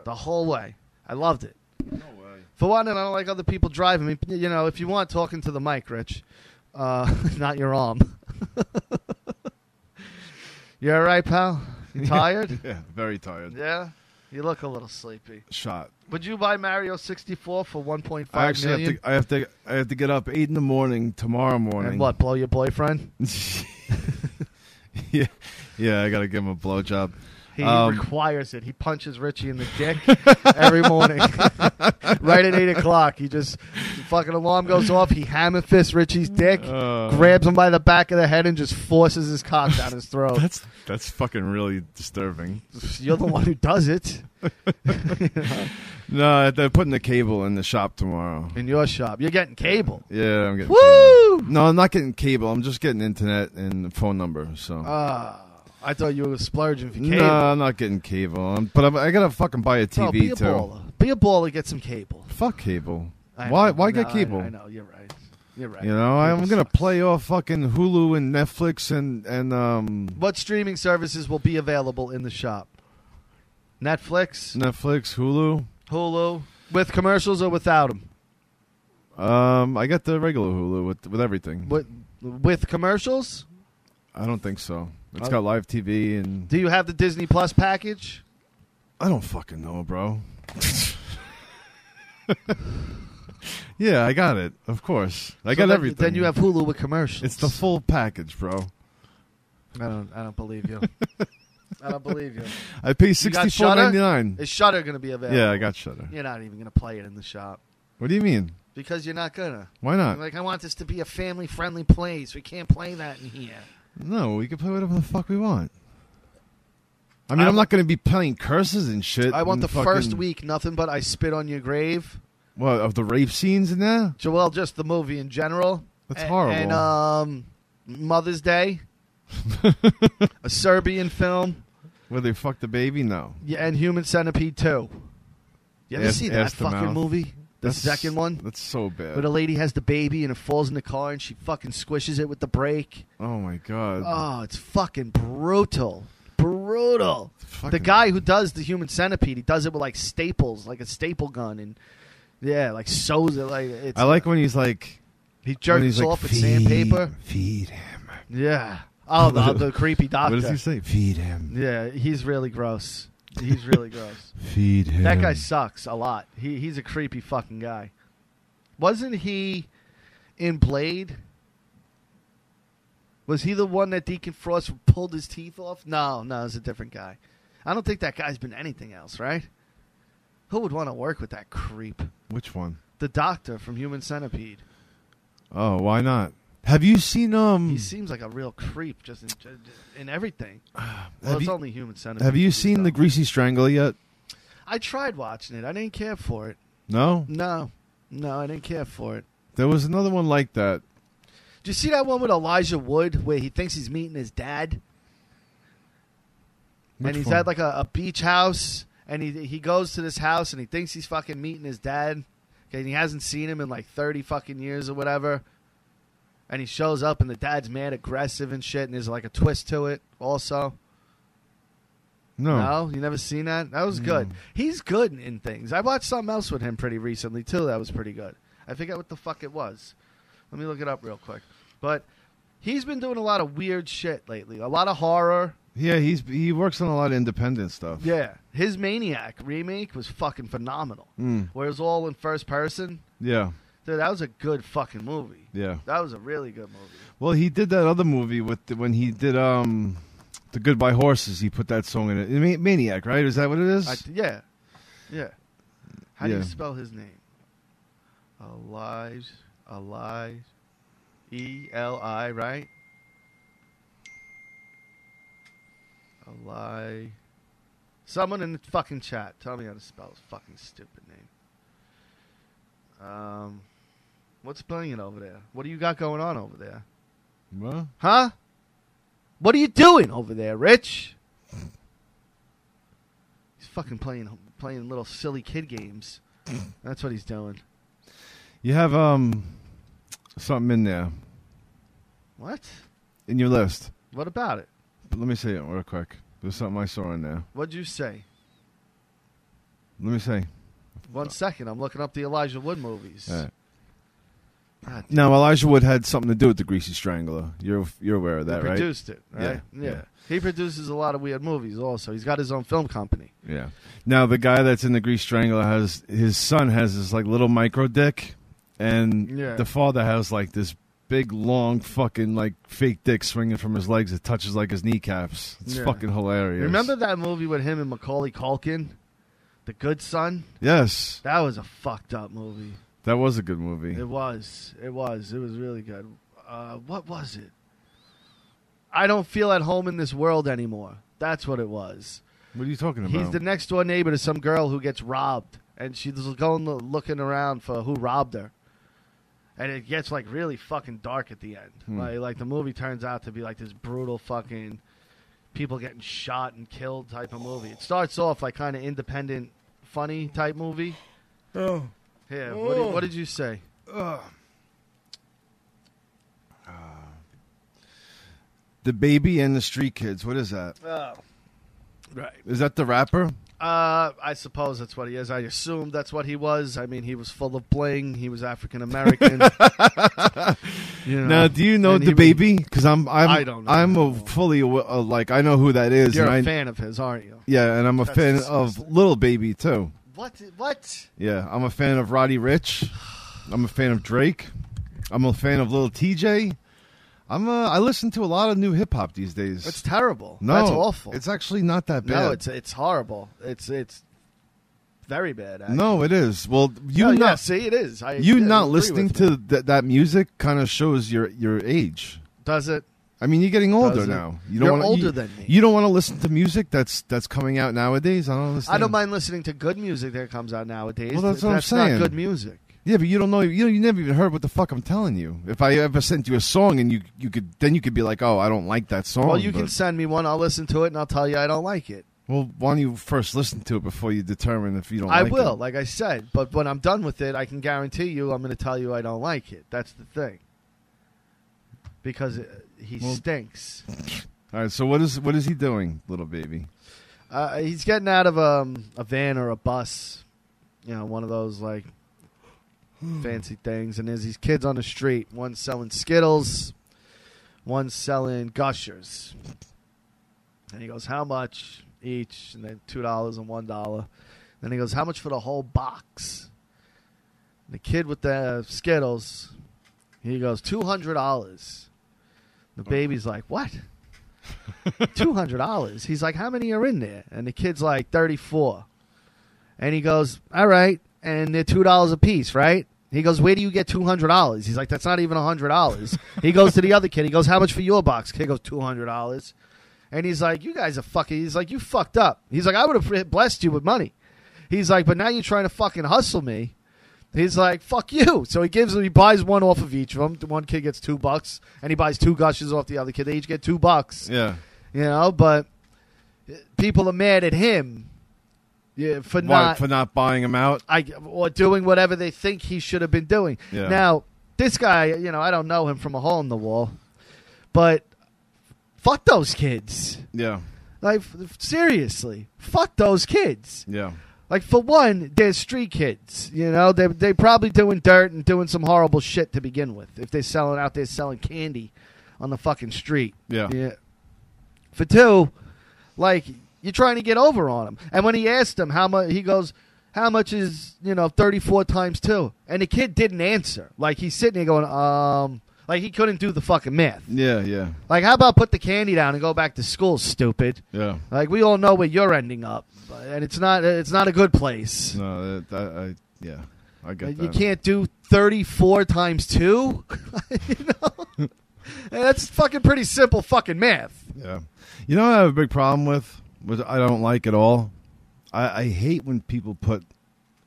Speaker 1: The whole way. I loved it.
Speaker 5: Ah, No way.
Speaker 1: For one, and I don't like other people driving me. You know, if you want talking to the mic, Rich, uh, not your arm. you all right, pal? You tired?
Speaker 5: Yeah, very tired.
Speaker 1: yeah. You look a little sleepy.
Speaker 5: Shot.
Speaker 1: Would you buy Mario 64 for 1.5
Speaker 5: I actually
Speaker 1: million?
Speaker 5: have to. I have to. I have to get up eight in the morning tomorrow morning.
Speaker 1: and what? Blow your boyfriend?
Speaker 5: yeah, yeah. I gotta give him a blowjob.
Speaker 1: He
Speaker 5: Um,
Speaker 1: requires it. He punches Richie in the dick every morning, right at eight o'clock. He just the fucking alarm goes off. He hammer fists Richie's dick,
Speaker 5: Uh.
Speaker 1: grabs him by the back of the head, and just forces his cock down his throat.
Speaker 5: That's that's fucking really disturbing.
Speaker 1: You're the one who does it
Speaker 5: No, they're putting the cable in the shop tomorrow.
Speaker 1: in your shop. You're getting cable.
Speaker 5: Yeah, I'm getting.
Speaker 1: Woo!
Speaker 5: No, I'm not getting cable. I'm just getting internet and the phone number. So.
Speaker 1: Ah, I thought you were splurging for cable.
Speaker 5: No, I'm not getting cable. I'm- But I'm, I gotta fucking buy a TV
Speaker 1: Bro, Oh, be a
Speaker 5: too.
Speaker 1: baller. Be a baller. Get some cable.
Speaker 5: Fuck cable.
Speaker 1: I
Speaker 5: why?
Speaker 1: know.
Speaker 5: Why
Speaker 1: No,
Speaker 5: get
Speaker 1: I-
Speaker 5: cable?
Speaker 1: I, know. You're right. You're right.
Speaker 5: You know, I'm
Speaker 1: Cable
Speaker 5: gonna
Speaker 1: sucks.
Speaker 5: play off fucking Hulu and Netflix and and um
Speaker 1: What streaming services will be available in the shop? Netflix,
Speaker 5: Netflix, Hulu.
Speaker 1: Hulu, with commercials or without them?
Speaker 5: Um, I got the regular Hulu with with everything.
Speaker 1: With, with commercials?
Speaker 5: I don't think so. It's
Speaker 1: Oh.
Speaker 5: got live TV and
Speaker 1: Do you have the Disney Plus package?
Speaker 5: I don't fucking know, bro. yeah, I got it. Of course, I
Speaker 1: So
Speaker 5: got
Speaker 1: then-
Speaker 5: everything.
Speaker 1: Then you have Hulu with commercials.
Speaker 5: It's the full package, bro.
Speaker 1: I don't. I don't believe you. I don't believe you.
Speaker 5: I pay
Speaker 1: You
Speaker 5: sixty
Speaker 1: got
Speaker 5: four
Speaker 1: Shudder?
Speaker 5: ninety nine.
Speaker 1: Is Shutter going to be available?
Speaker 5: Yeah, I got Shutter.
Speaker 1: You're not even going to play it in the shop
Speaker 5: What do you mean?
Speaker 1: because you're not gonna.
Speaker 5: Why not?
Speaker 1: Like I want this to be a family friendly place. We can't play that in here.
Speaker 5: No, we can play whatever the fuck we want. I mean, I,
Speaker 1: I
Speaker 5: am
Speaker 1: w-
Speaker 5: not going to be playing curses and shit.
Speaker 1: I want
Speaker 5: and
Speaker 1: the
Speaker 5: fucking-
Speaker 1: first week nothing but I spit on your grave.
Speaker 5: What of the rape scenes in there?
Speaker 1: Joel, just the movie in general.
Speaker 5: That's
Speaker 1: A-
Speaker 5: horrible.
Speaker 1: And um, Mother's Day, a Serbian film,
Speaker 5: Where they fuck the baby? No.
Speaker 1: yeah, and Human Centipede 2. You ever
Speaker 5: Ass-
Speaker 1: see that
Speaker 5: ass to
Speaker 1: fucking
Speaker 5: mouth. Uh,
Speaker 1: movie? The second one?
Speaker 5: That's so bad.
Speaker 1: Where the lady has the baby and it falls in the car and she fucking squishes it with the brake.
Speaker 5: oh my god.
Speaker 1: Oh, it's fucking brutal. Brutal.
Speaker 5: Fucking-
Speaker 1: The guy who does the human centipede, he does it with like staples, like a staple gun, and Yeah, like shows it like it's.
Speaker 5: I like when he's like
Speaker 1: he
Speaker 5: when
Speaker 1: jerks
Speaker 5: he's like
Speaker 1: off with
Speaker 5: feed,
Speaker 1: sandpaper.
Speaker 5: Feed him.
Speaker 1: Yeah. Oh, the, the creepy doctor.
Speaker 5: What does he say? Feed him.
Speaker 1: Yeah, he's really gross. He's really gross.
Speaker 5: Feed him.
Speaker 1: That guy sucks a lot. He he's a creepy fucking guy. Wasn't he in Blade? Was he the one that Deacon Frost pulled his teeth off? No, no, it's a different guy. I don't think that guy's been anything else, right? Who would want to work with that creep?
Speaker 5: Which one?
Speaker 1: The doctor from Human Centipede.
Speaker 5: Oh, why not? Have you seen um?
Speaker 1: He seems like a real creep, just in, just in everything. Well,
Speaker 5: have
Speaker 1: it's
Speaker 5: you,
Speaker 1: only Human Centipede.
Speaker 5: have you
Speaker 1: and
Speaker 5: seen the
Speaker 1: stuff.
Speaker 5: Greasy Strangler yet?
Speaker 1: I tried watching it. I didn't care for it.
Speaker 5: No,
Speaker 1: No, no, I didn't care for it.
Speaker 5: there was another one like that.
Speaker 1: Did you see that one with Elijah Wood where he thinks he's meeting his dad?
Speaker 5: Which
Speaker 1: and he's
Speaker 5: one?
Speaker 1: at like a, a beach house and he he goes to this house and he thinks he's fucking meeting his dad. Okay, and he hasn't seen him in like thirty fucking years or whatever. And he shows up and the dad's mad aggressive and shit and there's like a twist to it also.
Speaker 5: no.
Speaker 1: No, you never seen that? That was good. He's good in things. I watched something else with him pretty recently too. That was pretty good. I forget what the fuck it was. Let me look it up real quick. But he's been doing a lot of weird shit lately. A lot of horror.
Speaker 5: Yeah, he's he works on a lot of independent stuff.
Speaker 1: Yeah. His Maniac remake was fucking phenomenal.
Speaker 5: Mm.
Speaker 1: Where it was all in first person.
Speaker 5: yeah,
Speaker 1: Dude, that was a good fucking movie.
Speaker 5: yeah.
Speaker 1: That was a really good movie.
Speaker 5: Well, he did that other movie with the, when he did um, the Goodbye Horses. He put that song in it. Ma- Maniac, right? Is that what it is?
Speaker 1: I, yeah. Yeah. How do
Speaker 5: Yeah.
Speaker 1: you spell his name? Elijah. Elijah. E L I, right? Eli. Someone in the fucking chat, tell me how to spell his fucking stupid name. Um, what's playing over there? What do you got going on over there?
Speaker 5: Well,
Speaker 1: Huh? What are you doing over there, Rich? He's fucking playing playing little silly kid games. That's what he's doing.
Speaker 5: you have um, something in there
Speaker 1: What?
Speaker 5: in your list.
Speaker 1: What about it?
Speaker 5: But let me say it real quick. There's something I saw in there.
Speaker 1: What'd you say?
Speaker 5: Let me say.
Speaker 1: One second, I'm looking up the Elijah Wood movies.
Speaker 5: Uh, All right.
Speaker 1: God,
Speaker 5: Now Elijah Wood had something to do with the Greasy Strangler. You're you're aware of
Speaker 1: he
Speaker 5: that, right?
Speaker 1: produced it, right?
Speaker 5: Yeah, yeah.
Speaker 1: He produces a lot of weird movies also. He's got his own film company.
Speaker 5: Yeah. Now the guy that's in the Grease Strangler has his son has this like little micro dick, and
Speaker 1: Yeah.
Speaker 5: the father has like this big long fucking like fake dick swinging from his legs. It touches like his kneecaps. It's
Speaker 1: Yeah.
Speaker 5: fucking hilarious.
Speaker 1: Remember that movie with him and Macaulay Culkin? The Good Son?
Speaker 5: Yes,
Speaker 1: That was a fucked up movie.
Speaker 5: that was a good movie.
Speaker 1: It was. It was. It was really good. Uh, what was it? I don't feel at home in this world anymore. That's what it was.
Speaker 5: What are you talking about?
Speaker 1: He's the next door neighbor to some girl who gets robbed, and she's going lo- looking around for who robbed her. And it gets like really fucking dark at the end. Like, like the movie turns out to be like this brutal fucking people getting shot and killed type of movie. It starts off like kind of independent, funny type movie. Oh. Yeah. What, did, what did you say?
Speaker 5: The baby and the street kids. What is that?
Speaker 1: Oh. Right.
Speaker 5: Is that the rapper?
Speaker 1: Uh, I suppose that's what he is. I assumed that's what he was. I mean, he was full of bling. He was African American. you know.
Speaker 5: Now, do you know
Speaker 1: And
Speaker 5: the
Speaker 1: he was-
Speaker 5: baby? Because I'm, I'm,
Speaker 1: I don't know.
Speaker 5: I'm a fully awa- uh, like I know who that is,
Speaker 1: You're
Speaker 5: and I-
Speaker 1: a fan of his, aren't you?
Speaker 5: yeah, and I'm a
Speaker 1: That's
Speaker 5: fan of
Speaker 1: disgusting.
Speaker 5: Little Baby too.
Speaker 1: What? What?
Speaker 5: Yeah, I'm a fan of Roddy Rich. I'm a fan of Drake. I'm a fan of Little TJ. I'm a, I listen to a lot of new hip hop these days.
Speaker 1: That's terrible.
Speaker 5: no,
Speaker 1: that's awful.
Speaker 5: It's actually not that bad.
Speaker 1: no, it's it's horrible. It's it's very bad. Actually.
Speaker 5: no, it is. Well, you
Speaker 1: No,
Speaker 5: not
Speaker 1: yeah, see, it is. I,
Speaker 5: you
Speaker 1: I
Speaker 5: not
Speaker 1: agree
Speaker 5: listening
Speaker 1: with
Speaker 5: to
Speaker 1: you.
Speaker 5: th- that music kind of shows your your age.
Speaker 1: does it?
Speaker 5: I mean, you're getting older
Speaker 1: Does it?
Speaker 5: now. You
Speaker 1: You're
Speaker 5: wanna,
Speaker 1: older
Speaker 5: you-
Speaker 1: than me.
Speaker 5: You don't want to listen to music that's that's coming out nowadays. I don't. Understand.
Speaker 1: I don't mind listening to good music that comes out nowadays.
Speaker 5: Well, that's
Speaker 1: Th-
Speaker 5: what I'm saying.
Speaker 1: not good music.
Speaker 5: Yeah, but you don't know. You know, you never even heard what the fuck I'm telling you. If I ever sent you a song and you you could then you could be like, oh, I don't like that song.
Speaker 1: Well, you
Speaker 5: but-
Speaker 1: can send me one. I'll listen to it and I'll tell you I don't like it.
Speaker 5: Well, why don't you first listen to it before you determine if you don't?
Speaker 1: I
Speaker 5: like
Speaker 1: will,
Speaker 5: It?
Speaker 1: like I said. But when I'm done with it, I can guarantee you I'm going to tell you I don't like it. That's the thing. Because uh, he
Speaker 5: Well-
Speaker 1: stinks.
Speaker 5: All right. So what is what is he doing, little baby?
Speaker 1: Uh, he's getting out of um, a van or a bus, you know, one of those like fancy things. And there's these kids on the street. One's selling Skittles, one's selling Gushers. And he goes, "How much each?" And then two dollars and one dollar. Then he goes, "How much for the whole box?" And the kid with the Skittles, he goes, two hundred dollars. The baby's like, "What?" Two hundred dollars. He's like, "How many are in there?" And the kid's like, thirty-four. And he goes, "All right." And they're two dollars a piece, right? He goes, "Where do you get two hundred dollars?" He's like, "That's not even hundred dollars." he goes to the other kid. He goes, "How much for your box?" Kid goes, two hundred dollars. And he's like, "You guys are fucking." He's like, "You fucked up." He's like, "I would have blessed you with money." He's like, "But now you're trying to fucking hustle me." He's like, "Fuck you!" So he gives, he buys one off of each of them. The One kid gets two bucks, and he buys two gushes off the other kid. They each get two bucks
Speaker 5: Yeah.
Speaker 1: you know. But people are mad at him, yeah, for
Speaker 5: Why,
Speaker 1: not
Speaker 5: for not buying him out?
Speaker 1: I or doing whatever they think he should have been doing.
Speaker 5: Yeah.
Speaker 1: Now this guy, you know, I don't know him from a hole in the wall, but fuck those kids.
Speaker 5: Yeah.
Speaker 1: Like f- seriously, fuck those kids.
Speaker 5: Yeah.
Speaker 1: Like for one, they're street kids. You know, they they probably doing dirt and doing some horrible shit to begin with. If they're selling out there selling candy on the fucking street.
Speaker 5: Yeah.
Speaker 1: Yeah. For two, like you're trying to get over on him. And when he asked him how much, he goes, "How much is you know 34 times two? And the kid didn't answer. Like he's sitting there going, um, like he couldn't do the fucking math.
Speaker 5: Yeah. Yeah.
Speaker 1: Like how about put the candy down and go back to school, stupid?
Speaker 5: Yeah.
Speaker 1: Like we all know where you're ending up, and it's not it's not a good place.
Speaker 5: No, that, that, I, yeah. I get that.
Speaker 1: You can't do 34 times 2? you know? And That's fucking pretty simple fucking math.
Speaker 5: Yeah. You know what I have a big problem with, which I don't like at all? I, I hate when people put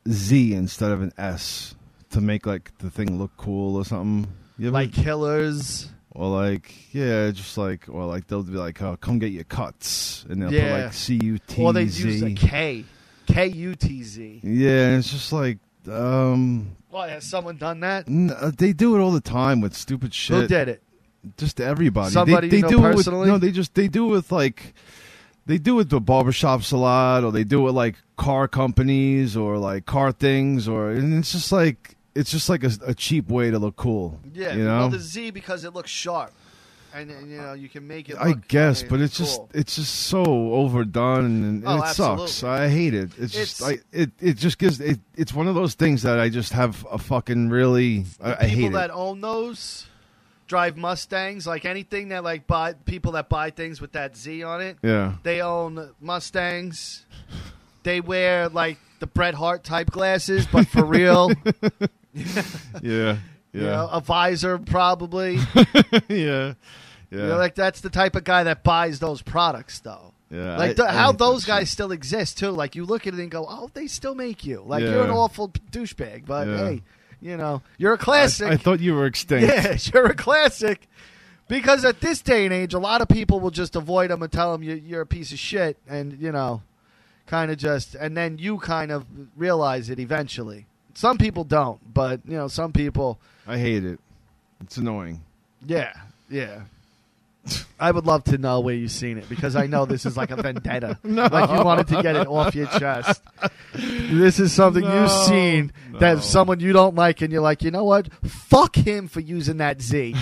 Speaker 5: Z instead of an S to make like the thing look cool or something. You ever-
Speaker 1: Like killers.
Speaker 5: or like yeah, just like or like they'll be like, oh, come get your cuts, and they'll put
Speaker 1: Yeah.
Speaker 5: like C U T
Speaker 1: Or they use a
Speaker 5: Z.
Speaker 1: K. K U T Z.
Speaker 5: Yeah, and it's just like um,
Speaker 1: Why has someone done that?
Speaker 5: n- uh, they do it all the time with stupid shit.
Speaker 1: Who did it?
Speaker 5: just to everybody.
Speaker 1: Somebody
Speaker 5: they,
Speaker 1: you
Speaker 5: they
Speaker 1: know
Speaker 5: do it with,
Speaker 1: personally?
Speaker 5: no, they just they do it with like they do it with barbershops a lot, or they do it like car companies or like car things, or and it's just like it's just like a, a cheap way to look cool.
Speaker 1: Yeah,
Speaker 5: you know.
Speaker 1: well, the Z because it looks sharp, and, and, you know you can make it.
Speaker 5: I
Speaker 1: look,
Speaker 5: guess,
Speaker 1: mean,
Speaker 5: but it's just
Speaker 1: cool.
Speaker 5: it's just so overdone and, and
Speaker 1: Oh,
Speaker 5: it sucks.
Speaker 1: absolutely.
Speaker 5: I hate it. It's, just
Speaker 1: It's-
Speaker 5: I, it it just gives it. It's one of those things that I just have a fucking really I, I
Speaker 1: people
Speaker 5: hate
Speaker 1: that
Speaker 5: it.
Speaker 1: own those drive Mustangs, like anything that like buy people that buy things with that Z on it.
Speaker 5: Yeah,
Speaker 1: They own Mustangs. They wear like the Bret Hart type glasses, but for real,
Speaker 5: yeah, yeah,
Speaker 1: you know, a visor probably.
Speaker 5: yeah,
Speaker 1: You
Speaker 5: yeah.
Speaker 1: know, like that's the type of guy that buys those products, though.
Speaker 5: Yeah,
Speaker 1: like
Speaker 5: I-
Speaker 1: the,
Speaker 5: I
Speaker 1: how
Speaker 5: hate that
Speaker 1: those
Speaker 5: shit.
Speaker 1: guys still exist too. Like you look at it and go, "Oh, they still make you." Like
Speaker 5: Yeah.
Speaker 1: you're an awful p- douchebag, but
Speaker 5: Yeah.
Speaker 1: hey, you know you're a
Speaker 5: I-
Speaker 1: classic.
Speaker 5: I, thought you were extinct.
Speaker 1: yes, you're a classic. Because at this day and age, a lot of people will just avoid them and tell them you, you're a piece of shit, and you know, kind of just, and then you kind of realize it eventually. Some people don't, but you know, some people,
Speaker 5: I hate it. It's annoying.
Speaker 1: yeah, yeah. I would love to know where you've seen it because I know this is like a vendetta. Like you wanted to get it off your chest. This is something
Speaker 5: No,
Speaker 1: you've seen
Speaker 5: no.
Speaker 1: that someone you don't like, and you're like, you know what? Fuck him for using that Z.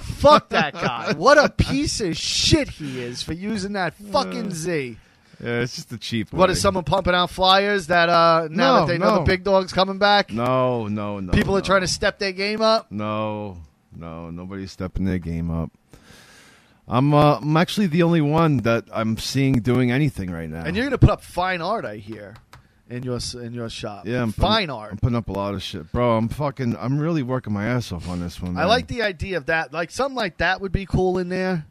Speaker 1: Fuck that guy. What a piece of shit he is for using that fucking Z.
Speaker 5: Yeah, it's just the cheap.
Speaker 1: What
Speaker 5: way.
Speaker 1: is someone pumping out flyers that uh, now
Speaker 5: No,
Speaker 1: that they know
Speaker 5: no.
Speaker 1: the big dog's coming back?
Speaker 5: No, no, no.
Speaker 1: People
Speaker 5: no.
Speaker 1: are trying to step their game up.
Speaker 5: No, no, nobody's stepping their game up. I'm uh, I'm actually the only one that I'm seeing doing anything right now.
Speaker 1: And you're going to put up fine art, I hear, in your in your shop.
Speaker 5: yeah, I'm putting-
Speaker 1: fine art.
Speaker 5: I'm putting up a lot of shit, bro. I'm fucking. I'm really working my ass off on this one.
Speaker 1: I
Speaker 5: man.
Speaker 1: like the idea of that. Like something like that would be cool in there.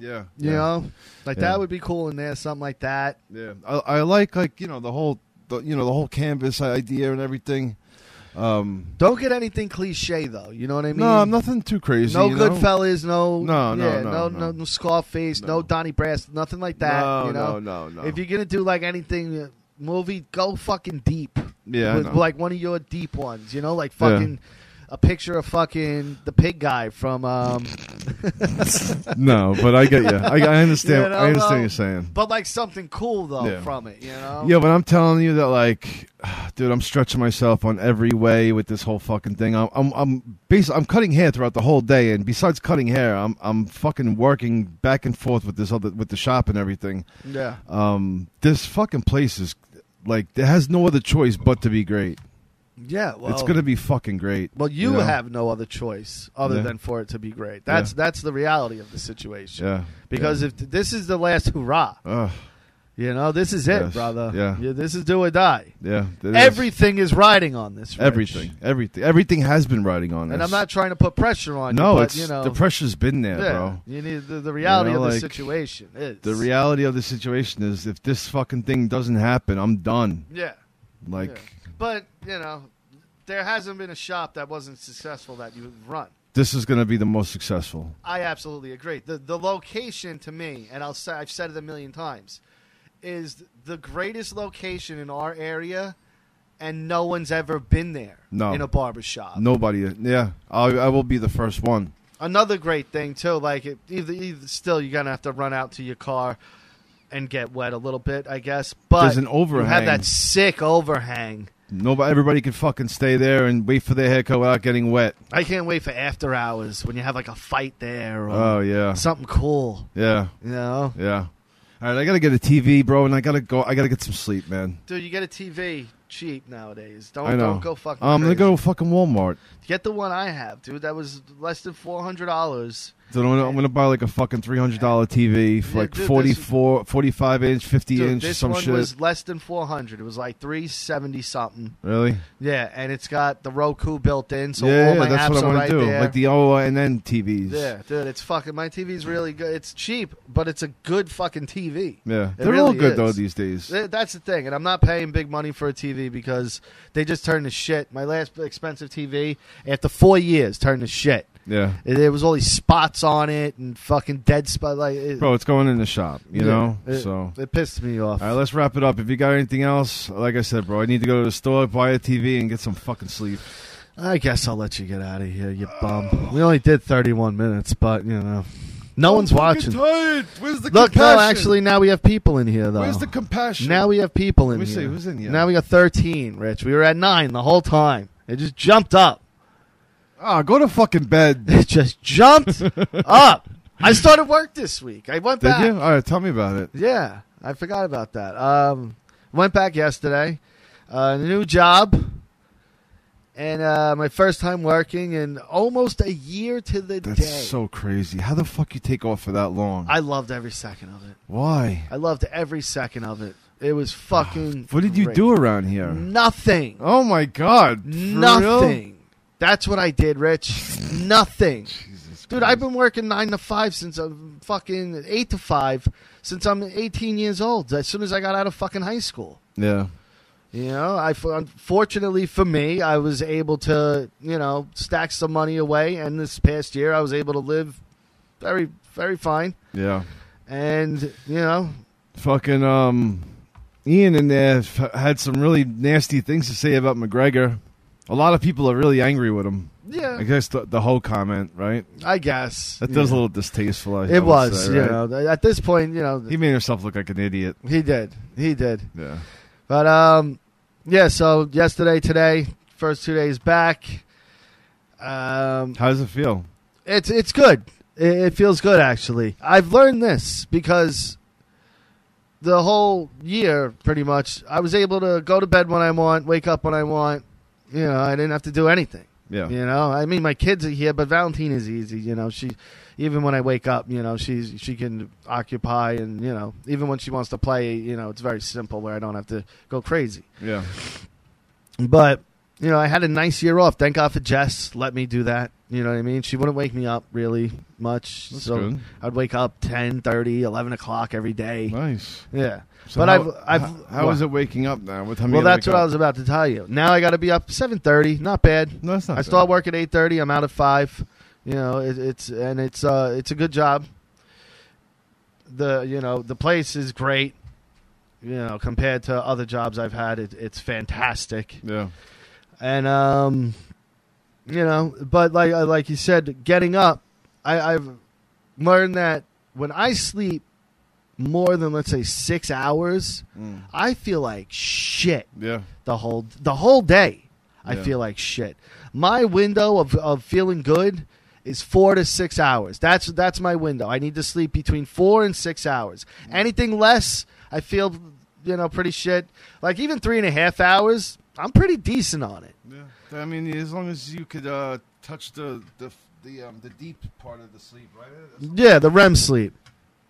Speaker 5: Yeah,
Speaker 1: You
Speaker 5: yeah.
Speaker 1: know, like
Speaker 5: Yeah.
Speaker 1: that would be cool in there. Something like that.
Speaker 5: Yeah, I, I like like you know the whole the, you know the whole canvas idea and everything. Um,
Speaker 1: Don't get anything cliche though. You know what I mean?
Speaker 5: no, I'm nothing too crazy.
Speaker 1: No
Speaker 5: you know?
Speaker 1: Goodfellas. No.
Speaker 5: No, no,
Speaker 1: yeah,
Speaker 5: no,
Speaker 1: no,
Speaker 5: no.
Speaker 1: no, no Scarface. No.
Speaker 5: No.
Speaker 1: Donnie Brass. Nothing like that.
Speaker 5: No,
Speaker 1: you know?
Speaker 5: no, no, no.
Speaker 1: If you're gonna do like anything uh, movie, go fucking deep.
Speaker 5: Yeah, I
Speaker 1: With,
Speaker 5: know.
Speaker 1: like one of your deep ones. You know, like fucking a picture of fucking the pig guy from. Um,
Speaker 5: no, but I get you. I, I understand.
Speaker 1: you know,
Speaker 5: I understand
Speaker 1: though?
Speaker 5: what you're saying.
Speaker 1: But like something cool though
Speaker 5: Yeah.
Speaker 1: from it, you know.
Speaker 5: Yeah, but I'm telling you that, like, dude, I'm stretching myself on every way with this whole fucking thing. I'm, I'm, I'm basically, I'm cutting hair throughout the whole day, and besides cutting hair, I'm, I'm fucking working back and forth with this other, with the shop and everything.
Speaker 1: Yeah.
Speaker 5: Um, this fucking place is like, it has no other choice but to be great.
Speaker 1: Yeah. Well,
Speaker 5: it's gonna be fucking great.
Speaker 1: Well, you
Speaker 5: know?
Speaker 1: have no other choice other
Speaker 5: Yeah.
Speaker 1: than for it to be great. That's
Speaker 5: Yeah.
Speaker 1: that's the reality of the situation.
Speaker 5: yeah,
Speaker 1: Because if th- this is the last hurrah,
Speaker 5: yeah. Ugh,
Speaker 1: you know, this is it,
Speaker 5: Yes.
Speaker 1: brother.
Speaker 5: Yeah.
Speaker 1: This is do or die.
Speaker 5: yeah. it is.
Speaker 1: Everything is riding on this. Rich.
Speaker 5: everything, everything, everything has been riding on
Speaker 1: And
Speaker 5: this.
Speaker 1: I'm not trying to put pressure on you.
Speaker 5: No,
Speaker 1: but,
Speaker 5: it's
Speaker 1: you know,
Speaker 5: the pressure's been there,
Speaker 1: yeah,
Speaker 5: bro.
Speaker 1: You need the, the reality
Speaker 5: know,
Speaker 1: of the
Speaker 5: like,
Speaker 1: situation is
Speaker 5: The reality of the situation is, if this fucking thing doesn't happen, I'm done.
Speaker 1: Yeah.
Speaker 5: Like,
Speaker 1: yeah. But you know, there hasn't been a shop that wasn't successful that you've run.
Speaker 5: this is gonna be the most successful.
Speaker 1: I absolutely agree. The the location to me, and I'll say I've said it a million times, is the greatest location in our area, and no one's ever been there
Speaker 5: No.
Speaker 1: in a barbershop.
Speaker 5: Nobody, yeah, I, I will be the first one.
Speaker 1: Another great thing too, like it, either, either still you're gonna have to run out to your car and get wet a little bit, I guess. But
Speaker 5: There's an
Speaker 1: You have
Speaker 5: overhang.
Speaker 1: that sick overhang.
Speaker 5: Nobody, everybody can fucking stay there and wait for their haircut without getting wet.
Speaker 1: I can't wait for after hours when you have like a fight there or
Speaker 5: Oh yeah,
Speaker 1: something cool.
Speaker 5: yeah,
Speaker 1: You know,
Speaker 5: yeah. All right, I gotta get a TV, bro, and I gotta go. I gotta get some sleep, man.
Speaker 1: dude, you get a TV cheap nowadays. Don't
Speaker 5: I know.
Speaker 1: don't go fucking.
Speaker 5: I'm
Speaker 1: crazy.
Speaker 5: gonna go to fucking Walmart.
Speaker 1: Get the one I have, dude. That was less than four hundred dollars.
Speaker 5: So I'm gonna, I'm gonna buy like a fucking three hundred dollar TV, for
Speaker 1: Yeah,
Speaker 5: like
Speaker 1: dude, this-
Speaker 5: 44, 45 inch, fifty
Speaker 1: Dude,
Speaker 5: inch,
Speaker 1: this
Speaker 5: some
Speaker 1: one
Speaker 5: shit.
Speaker 1: was less than four hundred. It was like three seventy something.
Speaker 5: Really?
Speaker 1: Yeah, and it's got the Roku built in, so
Speaker 5: yeah,
Speaker 1: all my
Speaker 5: yeah, that's
Speaker 1: apps
Speaker 5: what I
Speaker 1: are
Speaker 5: want
Speaker 1: right
Speaker 5: to do.
Speaker 1: there.
Speaker 5: Like the ONN TVs.
Speaker 1: yeah, dude, it's fucking. My TV's really good. It's cheap, but it's a good fucking TV.
Speaker 5: Yeah.
Speaker 1: It
Speaker 5: They're all
Speaker 1: really
Speaker 5: good
Speaker 1: is.
Speaker 5: though these days.
Speaker 1: Th- That's the thing, and I'm not paying big money for a TV because they just turned to shit. My last expensive TV, after four years, turned to shit.
Speaker 5: yeah.
Speaker 1: It, there was all these spots on it and fucking dead spot. Like, it,
Speaker 5: Bro, it's going in the shop, you
Speaker 1: Yeah,
Speaker 5: know?
Speaker 1: it,
Speaker 5: so
Speaker 1: it pissed me off.
Speaker 5: all right, let's wrap it up. If you got anything else, like I said, bro, I need to go to the store, buy a TV, and get some fucking sleep.
Speaker 1: I guess I'll let you get out of here, you bum. We only did 31 minutes, but you know, no one's watching.
Speaker 5: Where's the
Speaker 1: Look, no, actually, now we have people in here though.
Speaker 5: Where's the compassion?
Speaker 1: now we have people in
Speaker 5: Let me
Speaker 1: here.
Speaker 5: see, who's in here?
Speaker 1: Now we got 13, Rich. We were at nine the whole time. It just jumped up.
Speaker 5: Ah, go to fucking bed.
Speaker 1: It just jumped up. I started work this week. I went
Speaker 5: Did
Speaker 1: back.
Speaker 5: you? All right, tell me about it.
Speaker 1: Yeah, I forgot about that. Um, went back yesterday. Uh, new job, and uh, my first time working, and almost a year to the
Speaker 5: That's
Speaker 1: day.
Speaker 5: so crazy. How the fuck you take off for that long?
Speaker 1: I loved every second of it.
Speaker 5: Why?
Speaker 1: I loved every second of it. It was fucking.
Speaker 5: Ah, What did you
Speaker 1: great.
Speaker 5: do around here?
Speaker 1: Nothing.
Speaker 5: Oh my god. For real?
Speaker 1: Nothing. That's what I did, Rich. Nothing.
Speaker 5: Jesus
Speaker 1: Dude,
Speaker 5: Christ.
Speaker 1: I've been working nine to five since I'm fucking eight to five since I'm 18 years old. As soon as I got out of fucking high school.
Speaker 5: Yeah.
Speaker 1: You know, I unfortunately for me, I was able to you know stack some money away, and this past year I was able to live very very fine.
Speaker 5: Yeah.
Speaker 1: And you know,
Speaker 5: Fucking um Ian in there f- had some really nasty things to say about McGregor. A lot of people are really angry with him.
Speaker 1: yeah,
Speaker 5: I guess the, the whole comment, right?
Speaker 1: I guess
Speaker 5: That
Speaker 1: you
Speaker 5: was a
Speaker 1: know.
Speaker 5: little distasteful. I, I
Speaker 1: It
Speaker 5: would
Speaker 1: was,
Speaker 5: say,
Speaker 1: you
Speaker 5: right?
Speaker 1: know, th- at this point, you know,
Speaker 5: He
Speaker 1: he,
Speaker 5: made himself look like an idiot.
Speaker 1: did, he did.
Speaker 5: Yeah.
Speaker 1: But um, yeah. So yesterday, today, first two days back, um,
Speaker 5: How does it feel?
Speaker 1: it's it's good. It, it feels good actually. I've learned this because the whole year, pretty much, I was able to go to bed when I want, wake up when I want. You know, I didn't have to do anything.
Speaker 5: Yeah.
Speaker 1: You know, I mean, my kids are here, but Valentine is easy. You know, she even when I wake up, you know, she's she can occupy, and you know, even when she wants to play, you know, it's very simple where I don't have to go crazy.
Speaker 5: Yeah.
Speaker 1: But you know, I had a nice year off. Thank God for Jess. Let me do that. You know what I mean? She wouldn't wake me up really much,
Speaker 5: That's
Speaker 1: so
Speaker 5: good.
Speaker 1: I'd wake up 10, 30, 11 o'clock every day.
Speaker 5: Nice.
Speaker 1: Yeah,
Speaker 5: So
Speaker 1: but
Speaker 5: how-
Speaker 1: I've I've
Speaker 5: how- how
Speaker 1: what?
Speaker 5: is it waking up now? What time?
Speaker 1: Well,
Speaker 5: you gotta
Speaker 1: that's
Speaker 5: wake
Speaker 1: what I
Speaker 5: up?
Speaker 1: was about to tell you. Now I got to be up seven thirty. Not bad.
Speaker 5: No, that's not.
Speaker 1: I
Speaker 5: bad.
Speaker 1: start work at eight thirty. I'm out at five. You know, it, it's and it's uh it's a good job. The you know the place is great. You know, compared to other jobs I've had, it, it's fantastic.
Speaker 5: Yeah.
Speaker 1: And um, you know. But like uh, like you said, getting up, I, I've learned that when I sleep more than let's say six hours, I feel like shit
Speaker 5: Yeah.
Speaker 1: the whole the whole day. I
Speaker 5: Yeah.
Speaker 1: feel like shit. My window of, of feeling good is four to six hours. That's that's my window. I need to sleep between four and six hours. Anything less, I feel you know pretty shit. Like even three and a half hours, I'm pretty decent on it.
Speaker 5: Yeah. I mean, as long as you could uh, touch the the the um, the deep part of the sleep, right?
Speaker 1: Yeah, the REM sleep.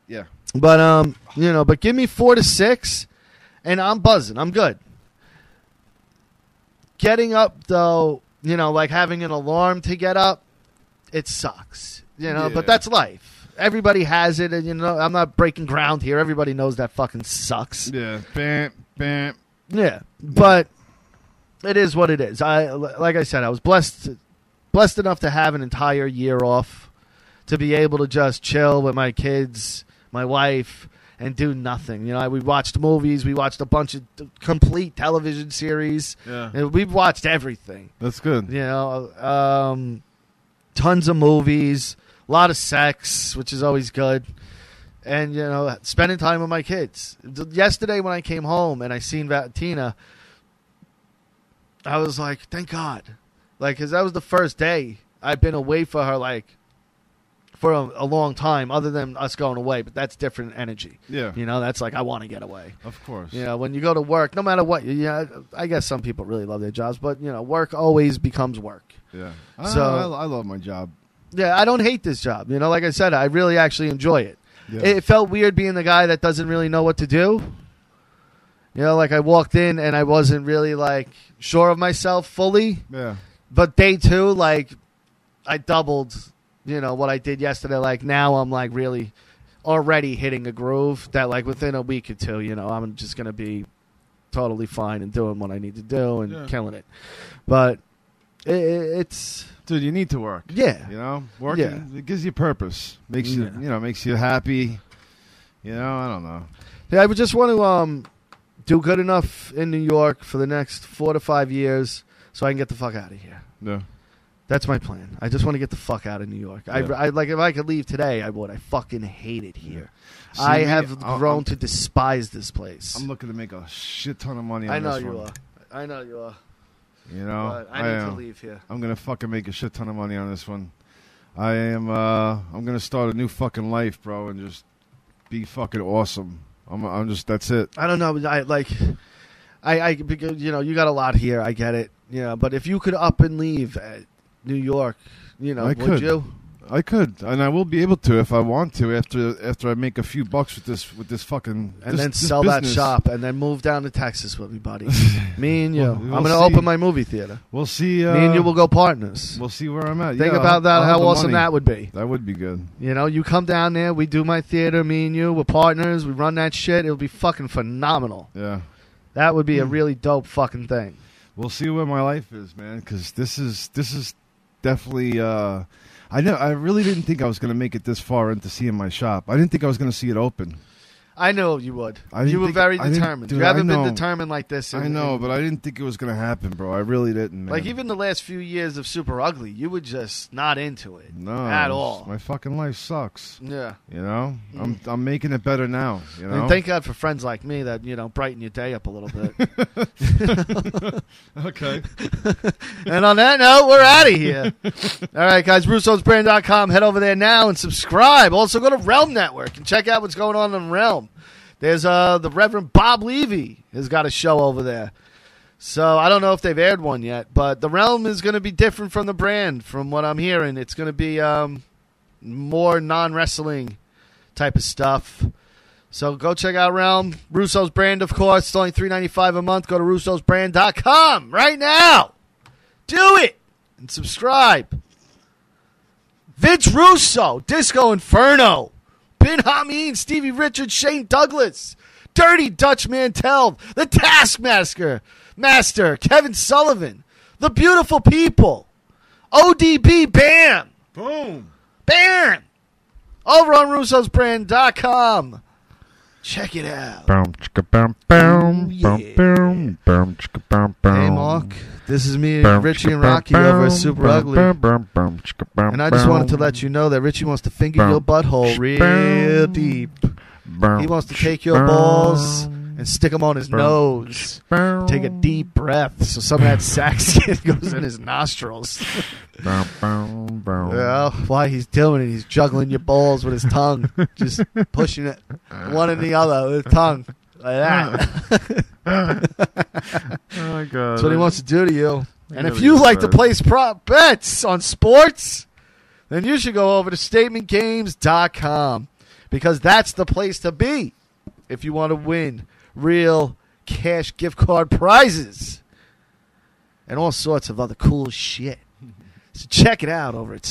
Speaker 5: Yeah.
Speaker 1: But um, you know, but give me four to six, and I'm buzzing. I'm good. Getting up though, you know, like having an alarm to get up, it sucks. You know, but
Speaker 5: Yeah.
Speaker 1: that's life. Everybody has it, and you know, I'm not breaking ground here. Everybody knows that fucking sucks.
Speaker 5: Yeah. Bam. Bam.
Speaker 1: Yeah, but it is what it is. I like I said, I was blessed blessed enough to have an entire year off to be able to just chill with my kids, my wife, and do nothing. You know, we watched movies, we watched a bunch of t- complete television series,
Speaker 5: Yeah.
Speaker 1: and we've watched everything.
Speaker 5: That's good.
Speaker 1: You know, um, tons of movies, a lot of sex, which is always good. And you know, spending time with my kids. D- Yesterday, when I came home and I seen Valentina, I was like, "Thank God!" Like, cause that was the first day I've been away for her, like, for a, a long time, other than us going away. But that's different energy.
Speaker 5: Yeah.
Speaker 1: You know, that's like I want to get away.
Speaker 5: Of course.
Speaker 1: You know, when you go to work, no matter what, you- yeah, I guess some people really love their jobs, but you know, work always becomes work.
Speaker 5: Yeah.
Speaker 1: So-
Speaker 5: So I, I love my job.
Speaker 1: Yeah, I don't hate this job. You know, like I said, I really actually enjoy it.
Speaker 5: Yeah.
Speaker 1: It felt weird being the guy that doesn't really know what to do. You know, like I walked in and I wasn't really like sure of myself fully.
Speaker 5: Yeah.
Speaker 1: But day two, like I doubled, you know, what I did yesterday. Like now I'm like really already hitting a groove that like within a week or two, you know, I'm just gonna be totally fine and doing what I need to do and
Speaker 5: Yeah.
Speaker 1: killing it. But it, it, it's
Speaker 5: Dude, you need to work.
Speaker 1: yeah,
Speaker 5: You know, working it gives you purpose. Makes you,
Speaker 1: Yeah.
Speaker 5: you know, makes you happy. You know, I don't know.
Speaker 1: Yeah, I would just want to um, do good enough in New York for the next four to five years so I can get the fuck out of here.
Speaker 5: No.
Speaker 1: That's my plan. I just want to get the fuck out of New York. I,
Speaker 5: Yeah.
Speaker 1: I like if I could leave today, I would. I fucking hate it here.
Speaker 5: See,
Speaker 1: I
Speaker 5: me,
Speaker 1: have
Speaker 5: I'll-
Speaker 1: grown
Speaker 5: I'm-
Speaker 1: to despise this place.
Speaker 5: I'm looking to make a shit ton of money. On
Speaker 1: I know
Speaker 5: this
Speaker 1: you
Speaker 5: one.
Speaker 1: are. I know you are.
Speaker 5: You know,
Speaker 1: but I need to
Speaker 5: am.
Speaker 1: leave here.
Speaker 5: I'm gonna fucking make a shit ton of money on this one. I am. uh I'm gonna start a new fucking life, bro, and just be fucking awesome. I'm. I'm just. That's it.
Speaker 1: I don't know. I like, I, I because you know you got a lot here. I get it. You know, but if you could up and leave at New York, you know,
Speaker 5: I
Speaker 1: would
Speaker 5: could.
Speaker 1: you?
Speaker 5: I could, and I will be able to if I want to after after I make a few bucks with this with this fucking
Speaker 1: and
Speaker 5: this-
Speaker 1: then
Speaker 5: this
Speaker 1: sell
Speaker 5: business.
Speaker 1: that shop and then move down to Texas with me, buddy. me and you.
Speaker 5: Well,
Speaker 1: I'm
Speaker 5: we'll
Speaker 1: going to
Speaker 5: see.
Speaker 1: open my movie theater.
Speaker 5: We'll see. Uh,
Speaker 1: me and you will go partners.
Speaker 5: We'll see where I'm at.
Speaker 1: Think
Speaker 5: Yeah,
Speaker 1: about
Speaker 5: I'll-
Speaker 1: that,
Speaker 5: I'll have
Speaker 1: how
Speaker 5: the
Speaker 1: awesome
Speaker 5: money.
Speaker 1: that would be.
Speaker 5: That would be good.
Speaker 1: You know, you come down there, we do my theater, me and you, we're partners, we run that shit. It'll be fucking phenomenal.
Speaker 5: Yeah.
Speaker 1: That would be
Speaker 5: Hmm.
Speaker 1: a really dope fucking thing.
Speaker 5: We'll see where my life is, man. Because this is this is definitely. Uh, I know. I really didn't think I was going to make it this far into seeing my shop. I didn't think I was going to see it open.
Speaker 1: I know you would.
Speaker 5: I didn't
Speaker 1: You were
Speaker 5: think-
Speaker 1: very
Speaker 5: I didn't-
Speaker 1: determined.
Speaker 5: dude,
Speaker 1: you
Speaker 5: I
Speaker 1: haven't been
Speaker 5: know.
Speaker 1: determined like this. in-
Speaker 5: I know, but I didn't think it was going to happen, bro. I really didn't. Man.
Speaker 1: Like even the last few years of Super Ugly, you were just not into it
Speaker 5: no
Speaker 1: at all.
Speaker 5: My fucking life sucks.
Speaker 1: yeah.
Speaker 5: You know, I'm I'm making it better now. You know,
Speaker 1: And thank God for friends like me that, you know, brighten your day up a little bit.
Speaker 5: okay.
Speaker 1: And on that note, we're out of here. All right, guys, Russo'sBrand.com. Head over there now and subscribe. Also, go to Realm Network and check out what's going on in Realm. There's uh the Reverend Bob Levy has got a show over there. So I don't know if they've aired one yet, but the Realm is going to be different from the brand, from what I'm hearing. It's going to be um, more non wrestling type of stuff. So go check out Realm. Russo's brand, of course. It's only three ninety five a month. Go to russosbrand.com right now. Do it and subscribe. Vince Russo, Disco Inferno, Bin Hameen, Stevie Richards, Shane Douglas, Dirty Dutch Mantel, The Taskmaster, Master, Kevin Sullivan, The Beautiful People, ODB Bam,
Speaker 5: Boom.
Speaker 1: Bam, over on Russo'sBrand.com. Check it out.
Speaker 6: Boom, chicka, boom, boom,
Speaker 1: Ooh,
Speaker 6: boom,
Speaker 1: yeah.
Speaker 6: boom, boom, chicka, boom, boom.
Speaker 1: Hey, Mark. This is me,
Speaker 6: Boom,
Speaker 1: Richie,
Speaker 6: chicka,
Speaker 1: and
Speaker 6: boom,
Speaker 1: Rocky over
Speaker 6: boom,
Speaker 1: at Super
Speaker 6: boom,
Speaker 1: Ugly.
Speaker 6: boom, boom, boom, chicka, boom,
Speaker 1: And I just wanted to
Speaker 6: boom,
Speaker 1: let you know that Richie wants to finger
Speaker 6: Boom.
Speaker 1: your butthole real
Speaker 6: Boom.
Speaker 1: deep.
Speaker 6: boom,
Speaker 1: He wants to take your
Speaker 6: boom,
Speaker 1: balls and stick them on his
Speaker 6: Boom.
Speaker 1: nose.
Speaker 6: boom,
Speaker 1: Take a deep breath so some of that sack skin goes in his nostrils.
Speaker 6: boom, boom, boom.
Speaker 1: Well, why he's doing it, he's juggling your balls with his tongue, just pushing it one and the other with his tongue like that.
Speaker 6: Oh, my God.
Speaker 1: That's what he wants to do to you. And if
Speaker 6: gotta
Speaker 1: you
Speaker 6: be
Speaker 1: like to
Speaker 6: upset.
Speaker 1: place prop bets on sports, then you should go over to statementgames.com because that's the place to be if you want to win real cash gift card prizes and all sorts of other cool shit. So check it out over at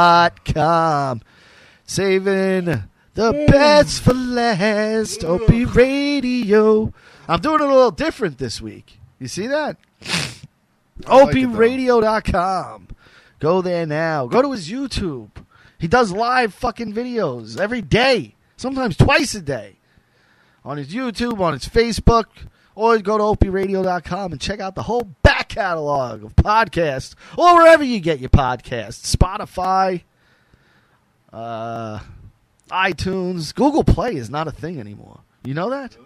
Speaker 1: statementgames.com. Saving the best for last. OP Radio. I'm doing it a little different this week. You see that?
Speaker 5: like it, though.
Speaker 1: OPRadio.com. Go there now. Go to his YouTube. He does live fucking videos every day, sometimes twice a day on his YouTube, on his Facebook, or go to opradio.com and check out the whole back catalog of podcasts or wherever you get your podcasts Spotify, uh, iTunes. Google Play is not a thing anymore. You know that?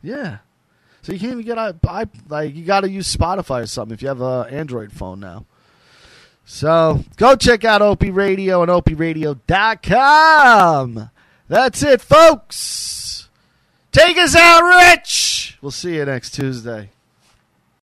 Speaker 1: Yeah. So you can't even get I, I like you got to use Spotify or something if you have an Android phone now. So go check out OP Radio and opradio.com. That's it, folks. Take us out, Rich. We'll see you next Tuesday.